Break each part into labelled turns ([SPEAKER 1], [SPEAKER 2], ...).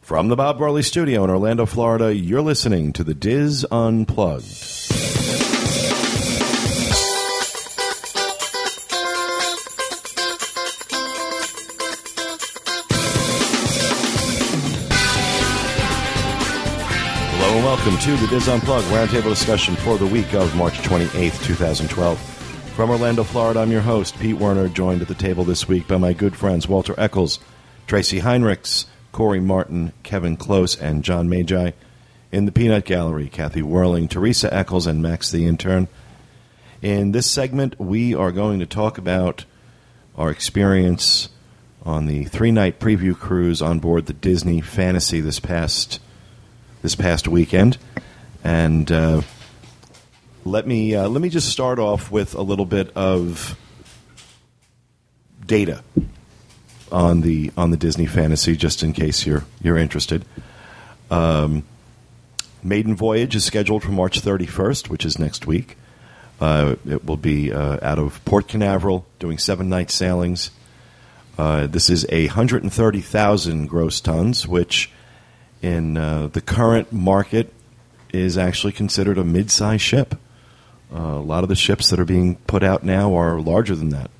[SPEAKER 1] From the Bob Barley Studio in Orlando, Florida, you're listening to the Diz Unplugged. Hello and welcome to the Diz Unplugged roundtable discussion for the week of March 28th, 2012. From Orlando, Florida, I'm your host, Pete Werner, joined at the table this week by my good friends Walter Eccles, Tracy Heinrichs, Corey Martin, Kevin Close, and John Magi. In the Peanut Gallery, Kathy Whirling, Teresa Eccles, and Max the Intern. In this segment, we are going to talk about our experience on the three night preview cruise on board the Disney Fantasy this past this past weekend, and uh, let me uh, let me just start off with a little bit of data on the on the Disney Fantasy, just in case you're you're interested. Um, Maiden Voyage is scheduled for March 31st, which is next week. Uh, it will be uh, out of Port Canaveral, doing seven night sailings. Uh, this is a 130,000 gross tons, which in uh, the current market is actually considered a mid-sized ship. Uh, a lot of the ships that are being put out now are larger than that.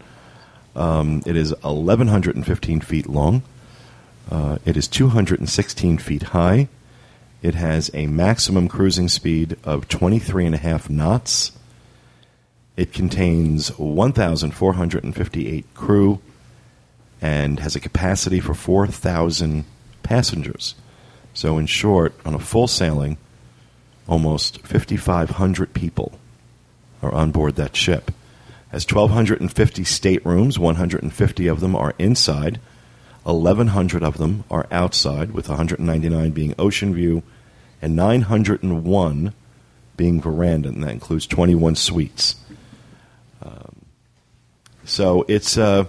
[SPEAKER 1] Um, it is 1,115 feet long. Uh, it is 216 feet high. It has a maximum cruising speed of 23.5 knots. It contains 1,458 crew and has a capacity for 4,000 passengers. So, in short, on a full sailing, almost 5,500 people are on board that ship. Has 1,250 staterooms, 150 of them are inside, 1,100 of them are outside, with 199 being ocean view and 901 being veranda, and that includes 21 suites. Um, so it's, uh,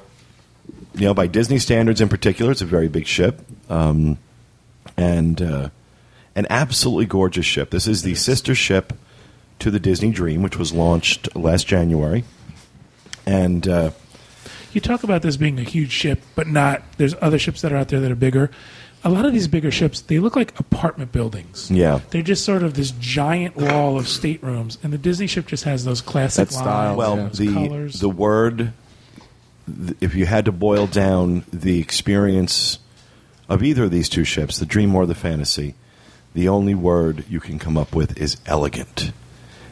[SPEAKER 1] you know, by Disney standards in particular, it's a very big ship. Um, and uh, an absolutely gorgeous ship. This is the sister ship to the Disney Dream, which was launched last January, and uh,
[SPEAKER 2] You talk about this being a huge ship, but not. There's other ships that are out there that are bigger. A lot of these bigger ships, they look like apartment buildings.
[SPEAKER 1] Yeah.
[SPEAKER 2] they're just sort of this giant wall of staterooms, and the Disney ship just has those classic
[SPEAKER 3] That style,
[SPEAKER 2] lines,
[SPEAKER 3] Well,
[SPEAKER 1] well,
[SPEAKER 2] and those
[SPEAKER 1] the
[SPEAKER 2] colors.
[SPEAKER 1] the word. th- If you had to boil down the experience of either of these two ships, the Dream or the Fantasy, the only word you can come up with is elegant.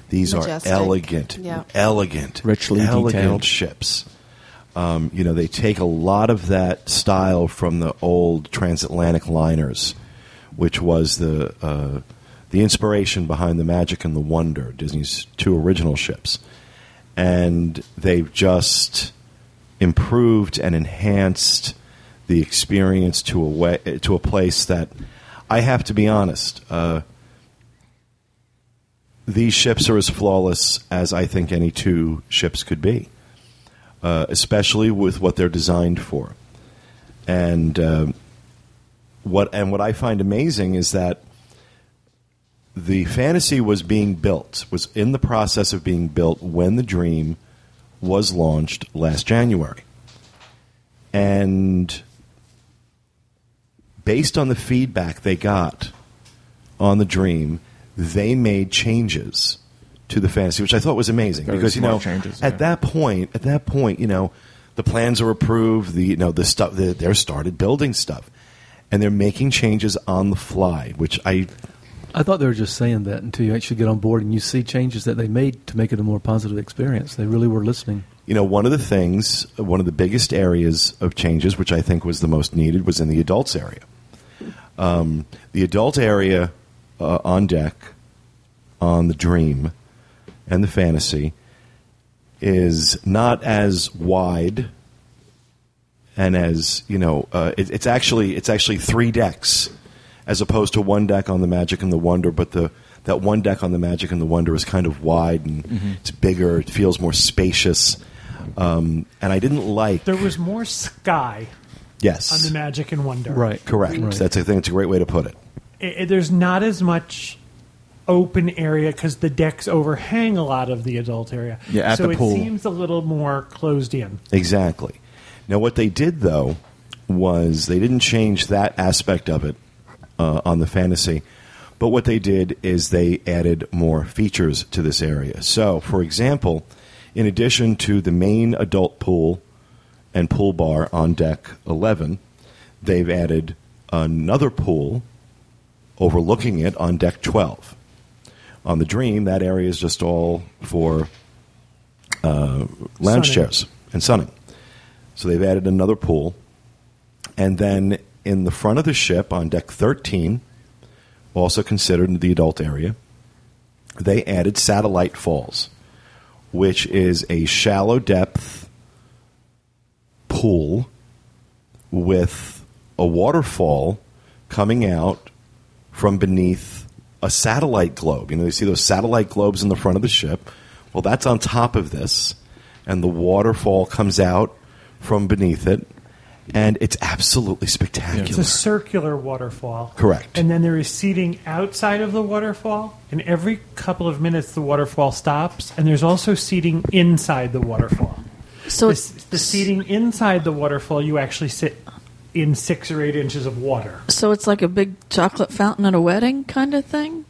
[SPEAKER 1] These
[SPEAKER 4] Majestic.
[SPEAKER 1] are elegant,
[SPEAKER 4] Yeah.
[SPEAKER 1] elegant,
[SPEAKER 3] Richly
[SPEAKER 1] elegant
[SPEAKER 3] detailed.
[SPEAKER 1] ships. Um, you know, they take a lot of that style from the old transatlantic liners, which was the uh, the inspiration behind the Magic and the Wonder, Disney's two original ships, and they've just improved and enhanced the experience to a way, to a place that I have to be honest. Uh, these ships are as flawless as I think any two ships could be, uh, especially with what they're designed for. And um what and what I find amazing is that the fantasy was being built, was in the process of being built when the dream was launched last January, and based on the feedback they got on the dream, they made changes to the fantasy, which I thought was amazing
[SPEAKER 3] Very
[SPEAKER 1] because you
[SPEAKER 3] smart
[SPEAKER 1] know
[SPEAKER 3] changes,
[SPEAKER 1] at
[SPEAKER 3] yeah.
[SPEAKER 1] that point, at that point, you know, the plans are approved. The you know the stuff the, they're started building stuff, and they're making changes on the fly, which I
[SPEAKER 5] I thought they were just saying that until you actually get on board and you see changes that they made to make it a more positive experience. They really were listening.
[SPEAKER 1] you know, one of the things, one of the biggest areas of changes, which I think was the most needed, was in the adults area. Um, the adult area uh, on deck, on the dream, and the fantasy is not as wide and as you know, uh, it, it's actually it's actually three decks as opposed to one deck on the Magic and the Wonder. But the that one deck on the Magic and the Wonder is kind of wide and it's bigger. It feels more spacious. Um, and I didn't like
[SPEAKER 6] There was more sky
[SPEAKER 1] yes,
[SPEAKER 6] on the Magic and Wonder.
[SPEAKER 1] correct.
[SPEAKER 5] Right.
[SPEAKER 1] That's I think it's a great way to put it.
[SPEAKER 6] I- I- there's not as much open area because the decks overhang a lot of the adult area.
[SPEAKER 3] Yeah, at
[SPEAKER 6] so
[SPEAKER 3] the
[SPEAKER 6] it
[SPEAKER 3] pool.
[SPEAKER 6] seems a little more closed in.
[SPEAKER 1] Exactly. Now, what they did though was they didn't change that aspect of it uh, on the fantasy. But what they did is they added more features to this area. So, for example, in addition to the main adult pool and pool bar on deck 11, they've added another pool overlooking it on deck 12. On the Dream, that area is just all for uh, lounge
[SPEAKER 6] Sunning.
[SPEAKER 1] chairs and sunning. So they've added another pool. And then in the front of the ship on deck 13, also considered the adult area, they added Satellite Falls, which is a shallow depth pool with a waterfall coming out from beneath a satellite globe. You know, you see those satellite globes in the front of the ship. Well, that's on top of this, and the waterfall comes out from beneath it, and it's absolutely
[SPEAKER 6] It's
[SPEAKER 1] spectacular.
[SPEAKER 6] a circular waterfall.
[SPEAKER 1] Correct.
[SPEAKER 6] And then there is seating outside of the waterfall, and every couple of minutes the waterfall stops, and there's also seating inside the waterfall.
[SPEAKER 3] So
[SPEAKER 6] the,
[SPEAKER 3] it's
[SPEAKER 6] the seating inside the waterfall, you actually sit in six or eight inches of water.
[SPEAKER 3] So it's like a big chocolate fountain at a wedding kind of thing.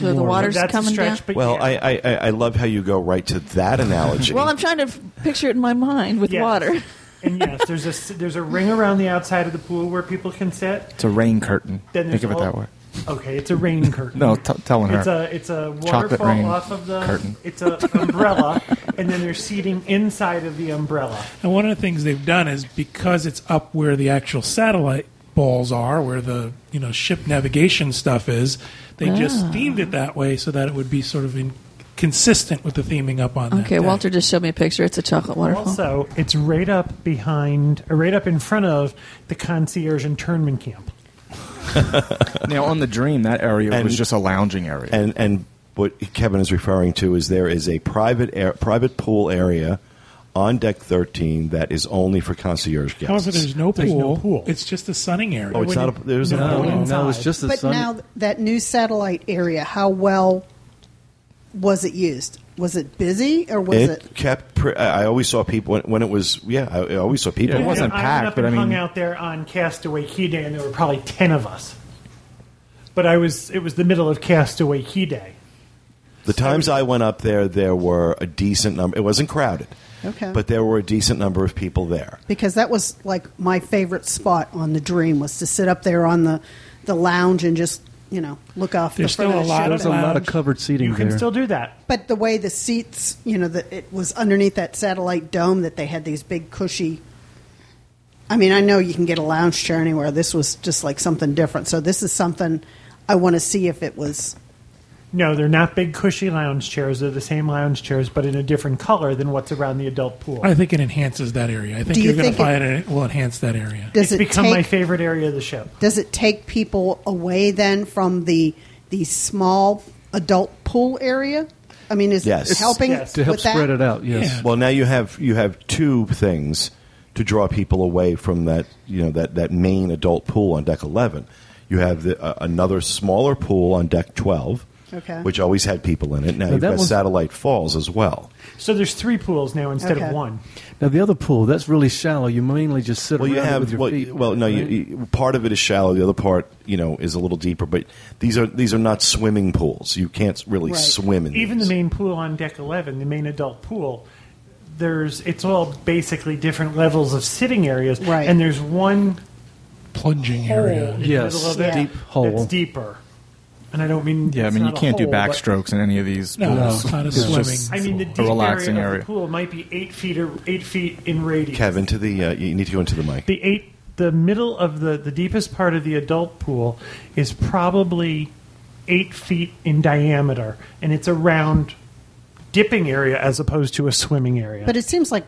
[SPEAKER 3] Where the
[SPEAKER 6] Or-
[SPEAKER 3] water's
[SPEAKER 6] That's a
[SPEAKER 3] coming
[SPEAKER 6] stretch,
[SPEAKER 3] down.
[SPEAKER 6] But
[SPEAKER 1] Well,
[SPEAKER 6] yeah.
[SPEAKER 1] I, I, I- I love how you go right to that analogy.
[SPEAKER 3] Well, I'm trying to f- picture it in my mind with
[SPEAKER 6] Yes.
[SPEAKER 3] water.
[SPEAKER 6] and yes, there's a s- there's a ring around the outside of the pool where people can sit.
[SPEAKER 4] It's a rain curtain.
[SPEAKER 6] Then there's
[SPEAKER 4] Think of it
[SPEAKER 6] all-
[SPEAKER 4] that way.
[SPEAKER 6] Okay, it's a rain curtain.
[SPEAKER 4] No, t- telling
[SPEAKER 6] It's
[SPEAKER 4] her.
[SPEAKER 6] a it's a
[SPEAKER 4] Chocolate
[SPEAKER 6] waterfall
[SPEAKER 4] rain
[SPEAKER 6] off of the
[SPEAKER 4] curtain.
[SPEAKER 6] It's a umbrella, and then there's seating inside of the umbrella.
[SPEAKER 2] And one of the things they've done is because it's up where the actual satellite balls are, where the you know ship navigation stuff is, they just
[SPEAKER 3] Ah.
[SPEAKER 2] themed it that way so that it would be sort of in, consistent with the theming up on. that
[SPEAKER 3] Okay,
[SPEAKER 2] deck.
[SPEAKER 3] Walter just showed me a picture. It's a chocolate waterfall.
[SPEAKER 6] Also, it's right up behind, or right up in front of the concierge internment camp.
[SPEAKER 4] now on the dream, that area
[SPEAKER 1] And-
[SPEAKER 4] was just a lounging area.
[SPEAKER 1] and and what Kevin is referring to is there is a private air, private pool area on deck 13 that is only for concierge guests.
[SPEAKER 2] However, there's no,
[SPEAKER 5] There's no
[SPEAKER 2] pool.
[SPEAKER 5] pool.
[SPEAKER 2] It's just a sunning area.
[SPEAKER 1] oh, it's not a, there's no,
[SPEAKER 5] No,
[SPEAKER 1] pool.
[SPEAKER 5] no,
[SPEAKER 6] inside.
[SPEAKER 5] it's just the
[SPEAKER 7] But
[SPEAKER 5] sun.
[SPEAKER 7] now th- that new satellite area, how well was it used? Was it busy or was
[SPEAKER 1] It,
[SPEAKER 7] it?
[SPEAKER 1] kept. Pre- I I always saw people when, when it was. Yeah, I, I always saw people.
[SPEAKER 4] Yeah, it wasn't
[SPEAKER 6] I
[SPEAKER 4] packed,
[SPEAKER 6] went up
[SPEAKER 4] but
[SPEAKER 6] and
[SPEAKER 4] I mean-
[SPEAKER 6] hung out there on Castaway Key Day, and there were probably ten of us. But I was, it was the middle of Castaway Key Day.
[SPEAKER 1] The times I went up there, there were a decent number. It wasn't crowded,
[SPEAKER 7] Okay.
[SPEAKER 1] but there were a decent number of people there.
[SPEAKER 7] Because that was like my favorite spot on the dream was to sit up there on the, the lounge and just you know look off
[SPEAKER 2] There's
[SPEAKER 7] the front
[SPEAKER 2] still
[SPEAKER 7] of
[SPEAKER 2] a
[SPEAKER 7] the
[SPEAKER 2] lot
[SPEAKER 7] ship.
[SPEAKER 5] There's a lot of covered seating
[SPEAKER 6] You can
[SPEAKER 5] there.
[SPEAKER 6] still do that.
[SPEAKER 7] But the way the seats, you know, that it was underneath that satellite dome that they had these big cushy. I mean, I know you can get a lounge chair anywhere. This was just like something different. So this is something I want to see if it was.
[SPEAKER 6] No, they're not big cushy lounge chairs. They're the same lounge chairs, but in a different color than what's around the adult pool.
[SPEAKER 2] I think it enhances that area. I think
[SPEAKER 7] Do you
[SPEAKER 2] you're going to
[SPEAKER 7] think it-
[SPEAKER 2] find it, it will enhance that area.
[SPEAKER 7] Does
[SPEAKER 6] it's
[SPEAKER 7] it
[SPEAKER 6] become
[SPEAKER 7] take,
[SPEAKER 6] my favorite area of the ship.
[SPEAKER 7] Does it take people away then from the the small adult pool area? I mean, is
[SPEAKER 1] Yes.
[SPEAKER 7] it helping
[SPEAKER 6] Yes.
[SPEAKER 5] to help
[SPEAKER 7] with that?
[SPEAKER 5] spread it out, yes.
[SPEAKER 2] Yeah.
[SPEAKER 1] Well, now you have you have two things to draw people away from that you know that, that main adult pool on deck eleven. You have the, uh, another smaller pool on deck twelve,
[SPEAKER 7] Okay.
[SPEAKER 1] which always had people in it. Now,
[SPEAKER 5] Now,
[SPEAKER 1] you've
[SPEAKER 5] that
[SPEAKER 1] got
[SPEAKER 5] was-
[SPEAKER 1] Satellite Falls as well.
[SPEAKER 6] So there's three pools now instead of
[SPEAKER 7] Okay.
[SPEAKER 6] one.
[SPEAKER 5] Now the other pool, that's really shallow. You mainly just sit
[SPEAKER 1] Well, you
[SPEAKER 5] around it with
[SPEAKER 1] have
[SPEAKER 5] your
[SPEAKER 1] well,
[SPEAKER 5] feet.
[SPEAKER 1] well no, you,
[SPEAKER 5] right?
[SPEAKER 1] you, part of it is shallow. The other part, you know, is a little deeper. But these are these are not swimming pools. You can't really
[SPEAKER 7] Right.
[SPEAKER 1] swim in
[SPEAKER 6] Even the
[SPEAKER 1] these.
[SPEAKER 6] main pool on deck 11, the main adult pool, there's it's all basically different levels of sitting areas,
[SPEAKER 7] Right.
[SPEAKER 6] and there's one
[SPEAKER 2] Plunging
[SPEAKER 6] hole
[SPEAKER 2] area.
[SPEAKER 6] in
[SPEAKER 5] Yes,
[SPEAKER 6] the middle of it
[SPEAKER 5] deep hole.
[SPEAKER 6] that's deeper. And I don't mean
[SPEAKER 4] yeah, I
[SPEAKER 6] it's
[SPEAKER 4] mean you
[SPEAKER 6] not a
[SPEAKER 4] can't do
[SPEAKER 6] hole, but-
[SPEAKER 4] backstrokes in any of these
[SPEAKER 2] No, no,
[SPEAKER 4] pools.
[SPEAKER 2] it's not a
[SPEAKER 4] It's
[SPEAKER 2] swimming.
[SPEAKER 4] just-
[SPEAKER 6] I mean the
[SPEAKER 4] A
[SPEAKER 6] deep
[SPEAKER 4] relaxing
[SPEAKER 6] area,
[SPEAKER 4] area.
[SPEAKER 6] of the pool might be eight feet or eight feet in radius.
[SPEAKER 1] Kevin, to the uh, you need to go into the mic.
[SPEAKER 6] the eight the middle of the the deepest part of the adult pool is probably eight feet in diameter and it's a round dipping area as opposed to a swimming area
[SPEAKER 7] But it seems like,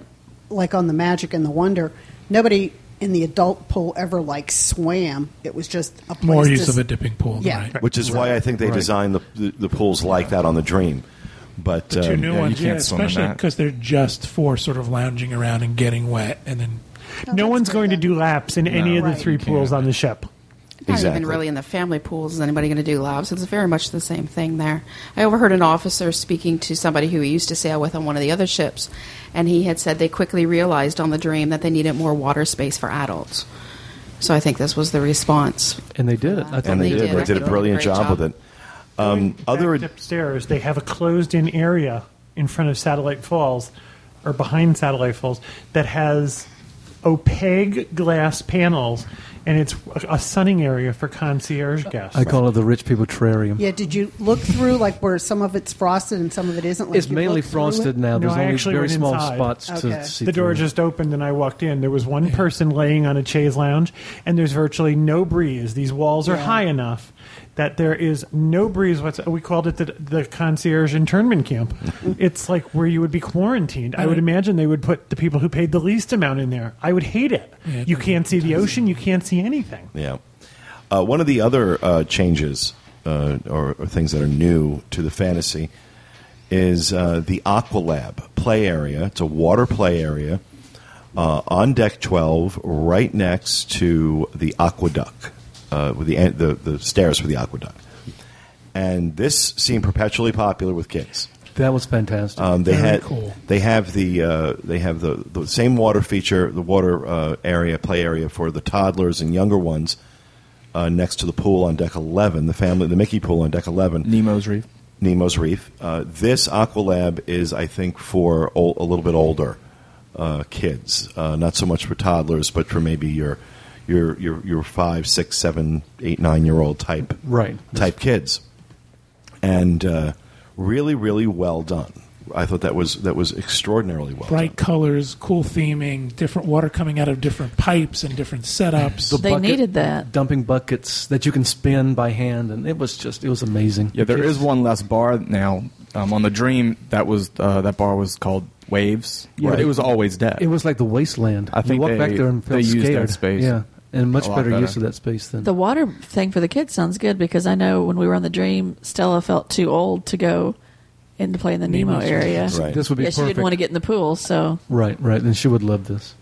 [SPEAKER 7] like on the Magic and the Wonder, nobody in the adult pool ever like swam. It was just a place
[SPEAKER 2] More
[SPEAKER 7] to
[SPEAKER 2] use
[SPEAKER 7] s-
[SPEAKER 2] of a dipping pool.
[SPEAKER 7] Yeah.
[SPEAKER 2] Right.
[SPEAKER 1] which is why I think they designed the, the, the pools like that on the Dream. But
[SPEAKER 2] The two
[SPEAKER 1] um,
[SPEAKER 2] new
[SPEAKER 4] you
[SPEAKER 2] ones, yeah,
[SPEAKER 4] can't swim in
[SPEAKER 2] especially
[SPEAKER 4] that.
[SPEAKER 2] because they're just for sort of lounging around and getting wet, and then
[SPEAKER 6] no
[SPEAKER 7] that's
[SPEAKER 6] one's
[SPEAKER 7] good
[SPEAKER 6] going to
[SPEAKER 7] then.
[SPEAKER 6] do laps in any of the
[SPEAKER 7] Right.
[SPEAKER 6] three pools on the ship
[SPEAKER 8] Not
[SPEAKER 1] Exactly.
[SPEAKER 8] even really in the family pools is anybody going to do labs. It's very much the same thing there. I overheard an officer speaking to somebody who he used to sail with on one of the other ships, and he had said they quickly realized on the dream that they needed more water space for adults. So I think this was the response.
[SPEAKER 5] And they did it. I
[SPEAKER 1] and they, did.
[SPEAKER 8] I
[SPEAKER 1] They did
[SPEAKER 8] think
[SPEAKER 1] a brilliant
[SPEAKER 8] great
[SPEAKER 1] job, with it.
[SPEAKER 5] Mm.
[SPEAKER 1] Um, other
[SPEAKER 6] Back upstairs, they have a closed-in area in front of Satellite Falls, or behind Satellite Falls, that has opaque glass panels, and it's a- a sunning area for concierge guests.
[SPEAKER 5] I call it the rich people terrarium.
[SPEAKER 7] Yeah, did you look through like where some of it's frosted and some of it isn't? Like
[SPEAKER 5] It's
[SPEAKER 7] you
[SPEAKER 5] mainly
[SPEAKER 7] look through
[SPEAKER 5] frosted
[SPEAKER 7] it?
[SPEAKER 5] now.
[SPEAKER 6] No,
[SPEAKER 5] There's
[SPEAKER 6] I
[SPEAKER 5] only
[SPEAKER 6] actually
[SPEAKER 5] very
[SPEAKER 6] went
[SPEAKER 5] small
[SPEAKER 6] inside.
[SPEAKER 5] spots
[SPEAKER 7] Okay.
[SPEAKER 5] to see.
[SPEAKER 6] the door
[SPEAKER 5] through.
[SPEAKER 6] just opened and I walked in. There was one person laying on a chaise lounge, and there's virtually no breeze. These walls are high enough that there is no breeze. What's we called it the, the concierge internment camp. it's like where you would be quarantined. I would imagine they would put the people who paid the least amount in there. I would hate it.
[SPEAKER 2] Yeah,
[SPEAKER 6] you can't see the ocean. You can't see anything.
[SPEAKER 1] Yeah. Uh, one of the other uh, changes uh, or, or things that are new to the fantasy is uh, the Aqualab play area. It's a water play area uh, on deck 12, right next to the aqueduct, uh, with the, en- the, the stairs for the aqueduct. And this seemed perpetually popular with kids.
[SPEAKER 5] That was fantastic.
[SPEAKER 1] Um, they
[SPEAKER 2] Very
[SPEAKER 1] had
[SPEAKER 2] cool.
[SPEAKER 1] they have the uh, they have the, the same water feature, the water uh, area play area for the toddlers and younger ones uh, next to the pool on deck eleven, the family the Mickey pool on deck eleven,
[SPEAKER 4] Nemo's Reef.
[SPEAKER 1] Nemo's Reef. Uh, this Aqualab is I think for ol- a little bit older uh, kids, uh, not so much for toddlers, but for maybe your your your your five, six, seven, eight, nine year old type
[SPEAKER 5] Right.
[SPEAKER 1] type kids, and uh, really, really well done. I thought that was that was extraordinarily well
[SPEAKER 2] Bright
[SPEAKER 1] done.
[SPEAKER 2] colors, cool theming, different water coming out of different pipes and different setups.
[SPEAKER 3] They needed that.
[SPEAKER 5] Dumping buckets that you can spin by hand, and it was just it was amazing.
[SPEAKER 4] Yeah, there is one less bar now um, on the Dream. That was uh, that bar was called Waves.
[SPEAKER 5] Yeah,
[SPEAKER 4] but
[SPEAKER 5] they-
[SPEAKER 4] it was always dead.
[SPEAKER 5] It was like the wasteland.
[SPEAKER 4] I think
[SPEAKER 5] you walk
[SPEAKER 4] they-
[SPEAKER 5] back there and felt
[SPEAKER 4] they used that
[SPEAKER 5] scared.
[SPEAKER 4] space
[SPEAKER 5] Yeah, and much
[SPEAKER 4] a lot
[SPEAKER 5] better,
[SPEAKER 4] better.
[SPEAKER 5] use of that space than
[SPEAKER 3] The water thing for the kids sounds good because I know when we were on the Dream, Stella felt too old to go in to play in the Nemo area.
[SPEAKER 1] Right.
[SPEAKER 5] This would be
[SPEAKER 3] yeah, she
[SPEAKER 5] perfect.
[SPEAKER 3] didn't want to get in the pool, so
[SPEAKER 5] Right, right. Then she would love this.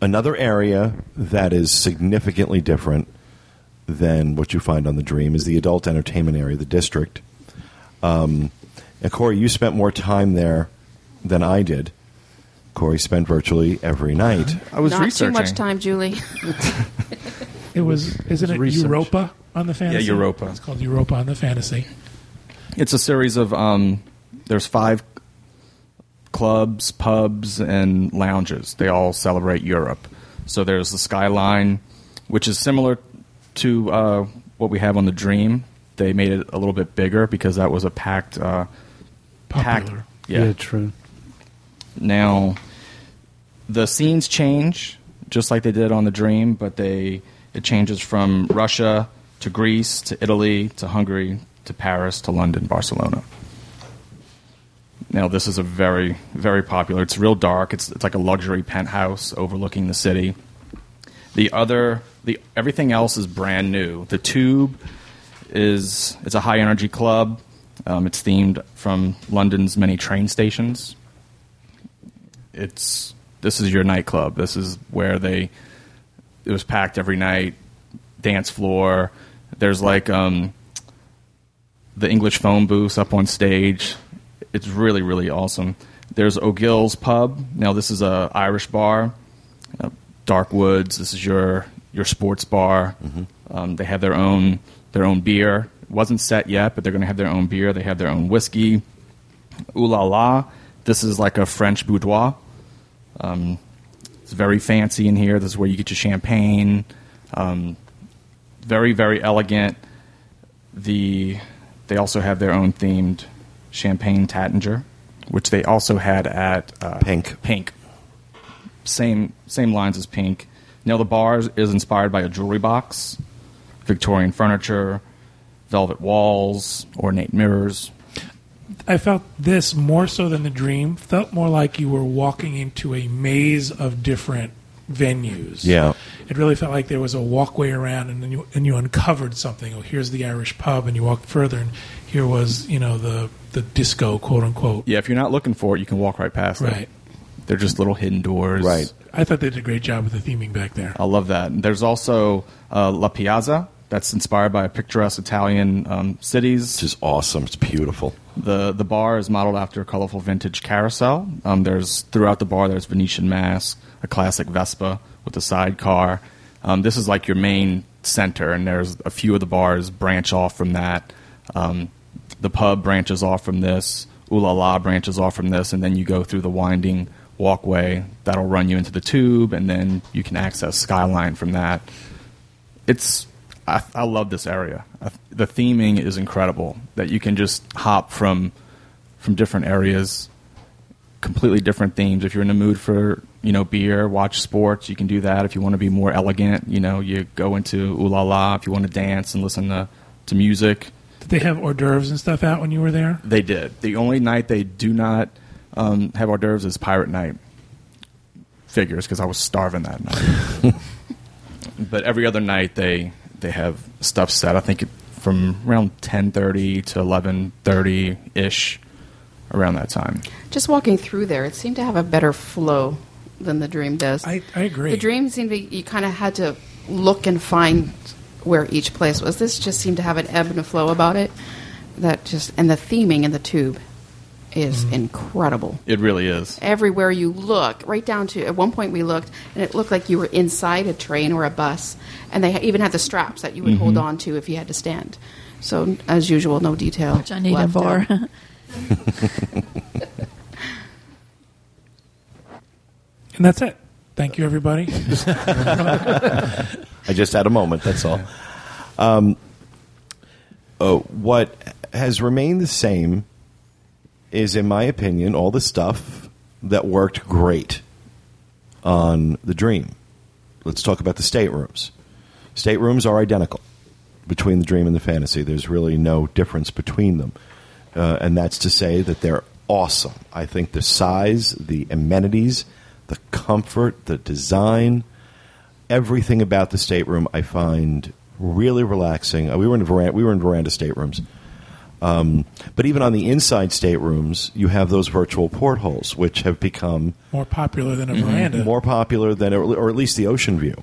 [SPEAKER 1] Another area that is significantly different than what you find on the Dream is the adult entertainment area, the district. Um, and Corey, you spent more time there than I did. Corey spent virtually every night.
[SPEAKER 4] I was
[SPEAKER 8] Not
[SPEAKER 4] researching.
[SPEAKER 8] too much time, Julie.
[SPEAKER 2] It was, isn't it
[SPEAKER 5] research.
[SPEAKER 2] Europa on the fantasy?
[SPEAKER 4] Europa.
[SPEAKER 2] It's called Europa on the fantasy.
[SPEAKER 4] It's a series of um, there's five clubs, pubs, and lounges. They all celebrate Europe. So there's the Skyline, which is similar to uh, what we have on the Dream. They made it a little bit bigger because that was a packed, uh, packed.
[SPEAKER 2] Popular.
[SPEAKER 4] Yeah.
[SPEAKER 5] true.
[SPEAKER 4] Now, the scenes change just like they did on the Dream, but they it changes from Russia to Greece to Italy to Hungary to Paris to London, Barcelona. Now, this is a very very popular. It's real dark. It's it's like a luxury penthouse overlooking the city. The other the everything else is brand new. The Tube is it's a high energy club. Um, it's themed from London's many train stations it's this is your nightclub. This is where they it was packed every night, dance floor. There's like um, the English phone booths up on stage. It's really really awesome. There's O'Gill's pub. Now this is a Irish bar, uh, Dark Woods. This is your your sports bar. Um, they have their own their own beer. It wasn't set yet, but they're going to have their own beer. They have their own whiskey. Ooh la la. This is like a French boudoir. Um, it's very fancy in here. This is where you get your champagne. Um, very, very elegant. The they also have their own themed champagne Tattinger, which they also had at uh,
[SPEAKER 1] Pink.
[SPEAKER 4] Pink. Same same lines as Pink. Now the bar is- is inspired by a jewelry box, Victorian furniture, velvet walls, ornate mirrors.
[SPEAKER 2] I felt this more so than the dream. Felt more like you were walking into a maze of different venues.
[SPEAKER 1] Yeah.
[SPEAKER 2] It really felt like there was a walkway around, and then you and you uncovered something. Oh, here's the Irish pub, and you walked further, and here was you know the the disco, quote unquote.
[SPEAKER 4] Yeah, if you're not looking for it, you can walk right past it.
[SPEAKER 2] Right.
[SPEAKER 4] They're just little hidden doors.
[SPEAKER 1] Right.
[SPEAKER 2] I thought they did a great job with the theming back there.
[SPEAKER 4] I love that. And There's also uh, La Piazza. That's inspired by picturesque Italian um, cities.
[SPEAKER 1] It's just awesome. It's beautiful.
[SPEAKER 4] The the bar is modeled after a colorful vintage carousel. Um, there's throughout the bar there's Venetian mask, a classic Vespa with a sidecar. Um, this is like your main center, and there's a few of the bars branch off from that. Um, the pub branches off from this. Ooh La La branches off from this, and then you go through the winding walkway that'll run you into the tube, and then you can access Skyline from that. It's I, I love this area. I, the theming is incredible. That you can just hop from from different areas completely different themes. If you're in the mood for you know beer, watch sports, you can do that. If you want to be more elegant, you know you go into ooh la la. If you want to dance and listen to to music,
[SPEAKER 2] Did they have hors d'oeuvres and stuff out when you were there?
[SPEAKER 4] they did. The only night they do not um, have hors d'oeuvres is Pirate Night. Figures, because I was starving that night. but every other night they they have stuff set. I think it, from around ten thirty to eleven thirty ish, around that time.
[SPEAKER 8] Just walking through there, it seemed to have a better flow than the dream does.
[SPEAKER 2] I- I agree.
[SPEAKER 8] The dream seemed to you kind of had to look and find where each place was. This just seemed to have an ebb and a flow about it. That just and the theming in the tube is
[SPEAKER 2] Mm-hmm.
[SPEAKER 8] incredible.
[SPEAKER 4] It really is.
[SPEAKER 8] everywhere you look, right down to at one point we looked, and it looked like you were inside a train or a bus, and they ha- even had the straps that you would hold
[SPEAKER 2] Mm-hmm.
[SPEAKER 8] on to if you had to stand. So as usual, no detail.
[SPEAKER 3] Which I need him
[SPEAKER 8] left
[SPEAKER 3] for.
[SPEAKER 8] out.
[SPEAKER 2] And that's it. Thank you, everybody.
[SPEAKER 1] I just had a moment. That's all. Um, uh, what has remained the same is, in my opinion, all the stuff that worked great on the dream. Let's talk about the staterooms. Staterooms are identical between the dream and the fantasy. There's really no difference between them, uh, and that's to say that they're awesome. I think the size, the amenities, the comfort, the design everything about the stateroom I find really relaxing. Uh, We were in veranda, we were in veranda staterooms, um, but even on the inside staterooms, you have those virtual portholes, which have become
[SPEAKER 2] More popular than a veranda.
[SPEAKER 1] Mm-hmm. more popular than, or at least the ocean view.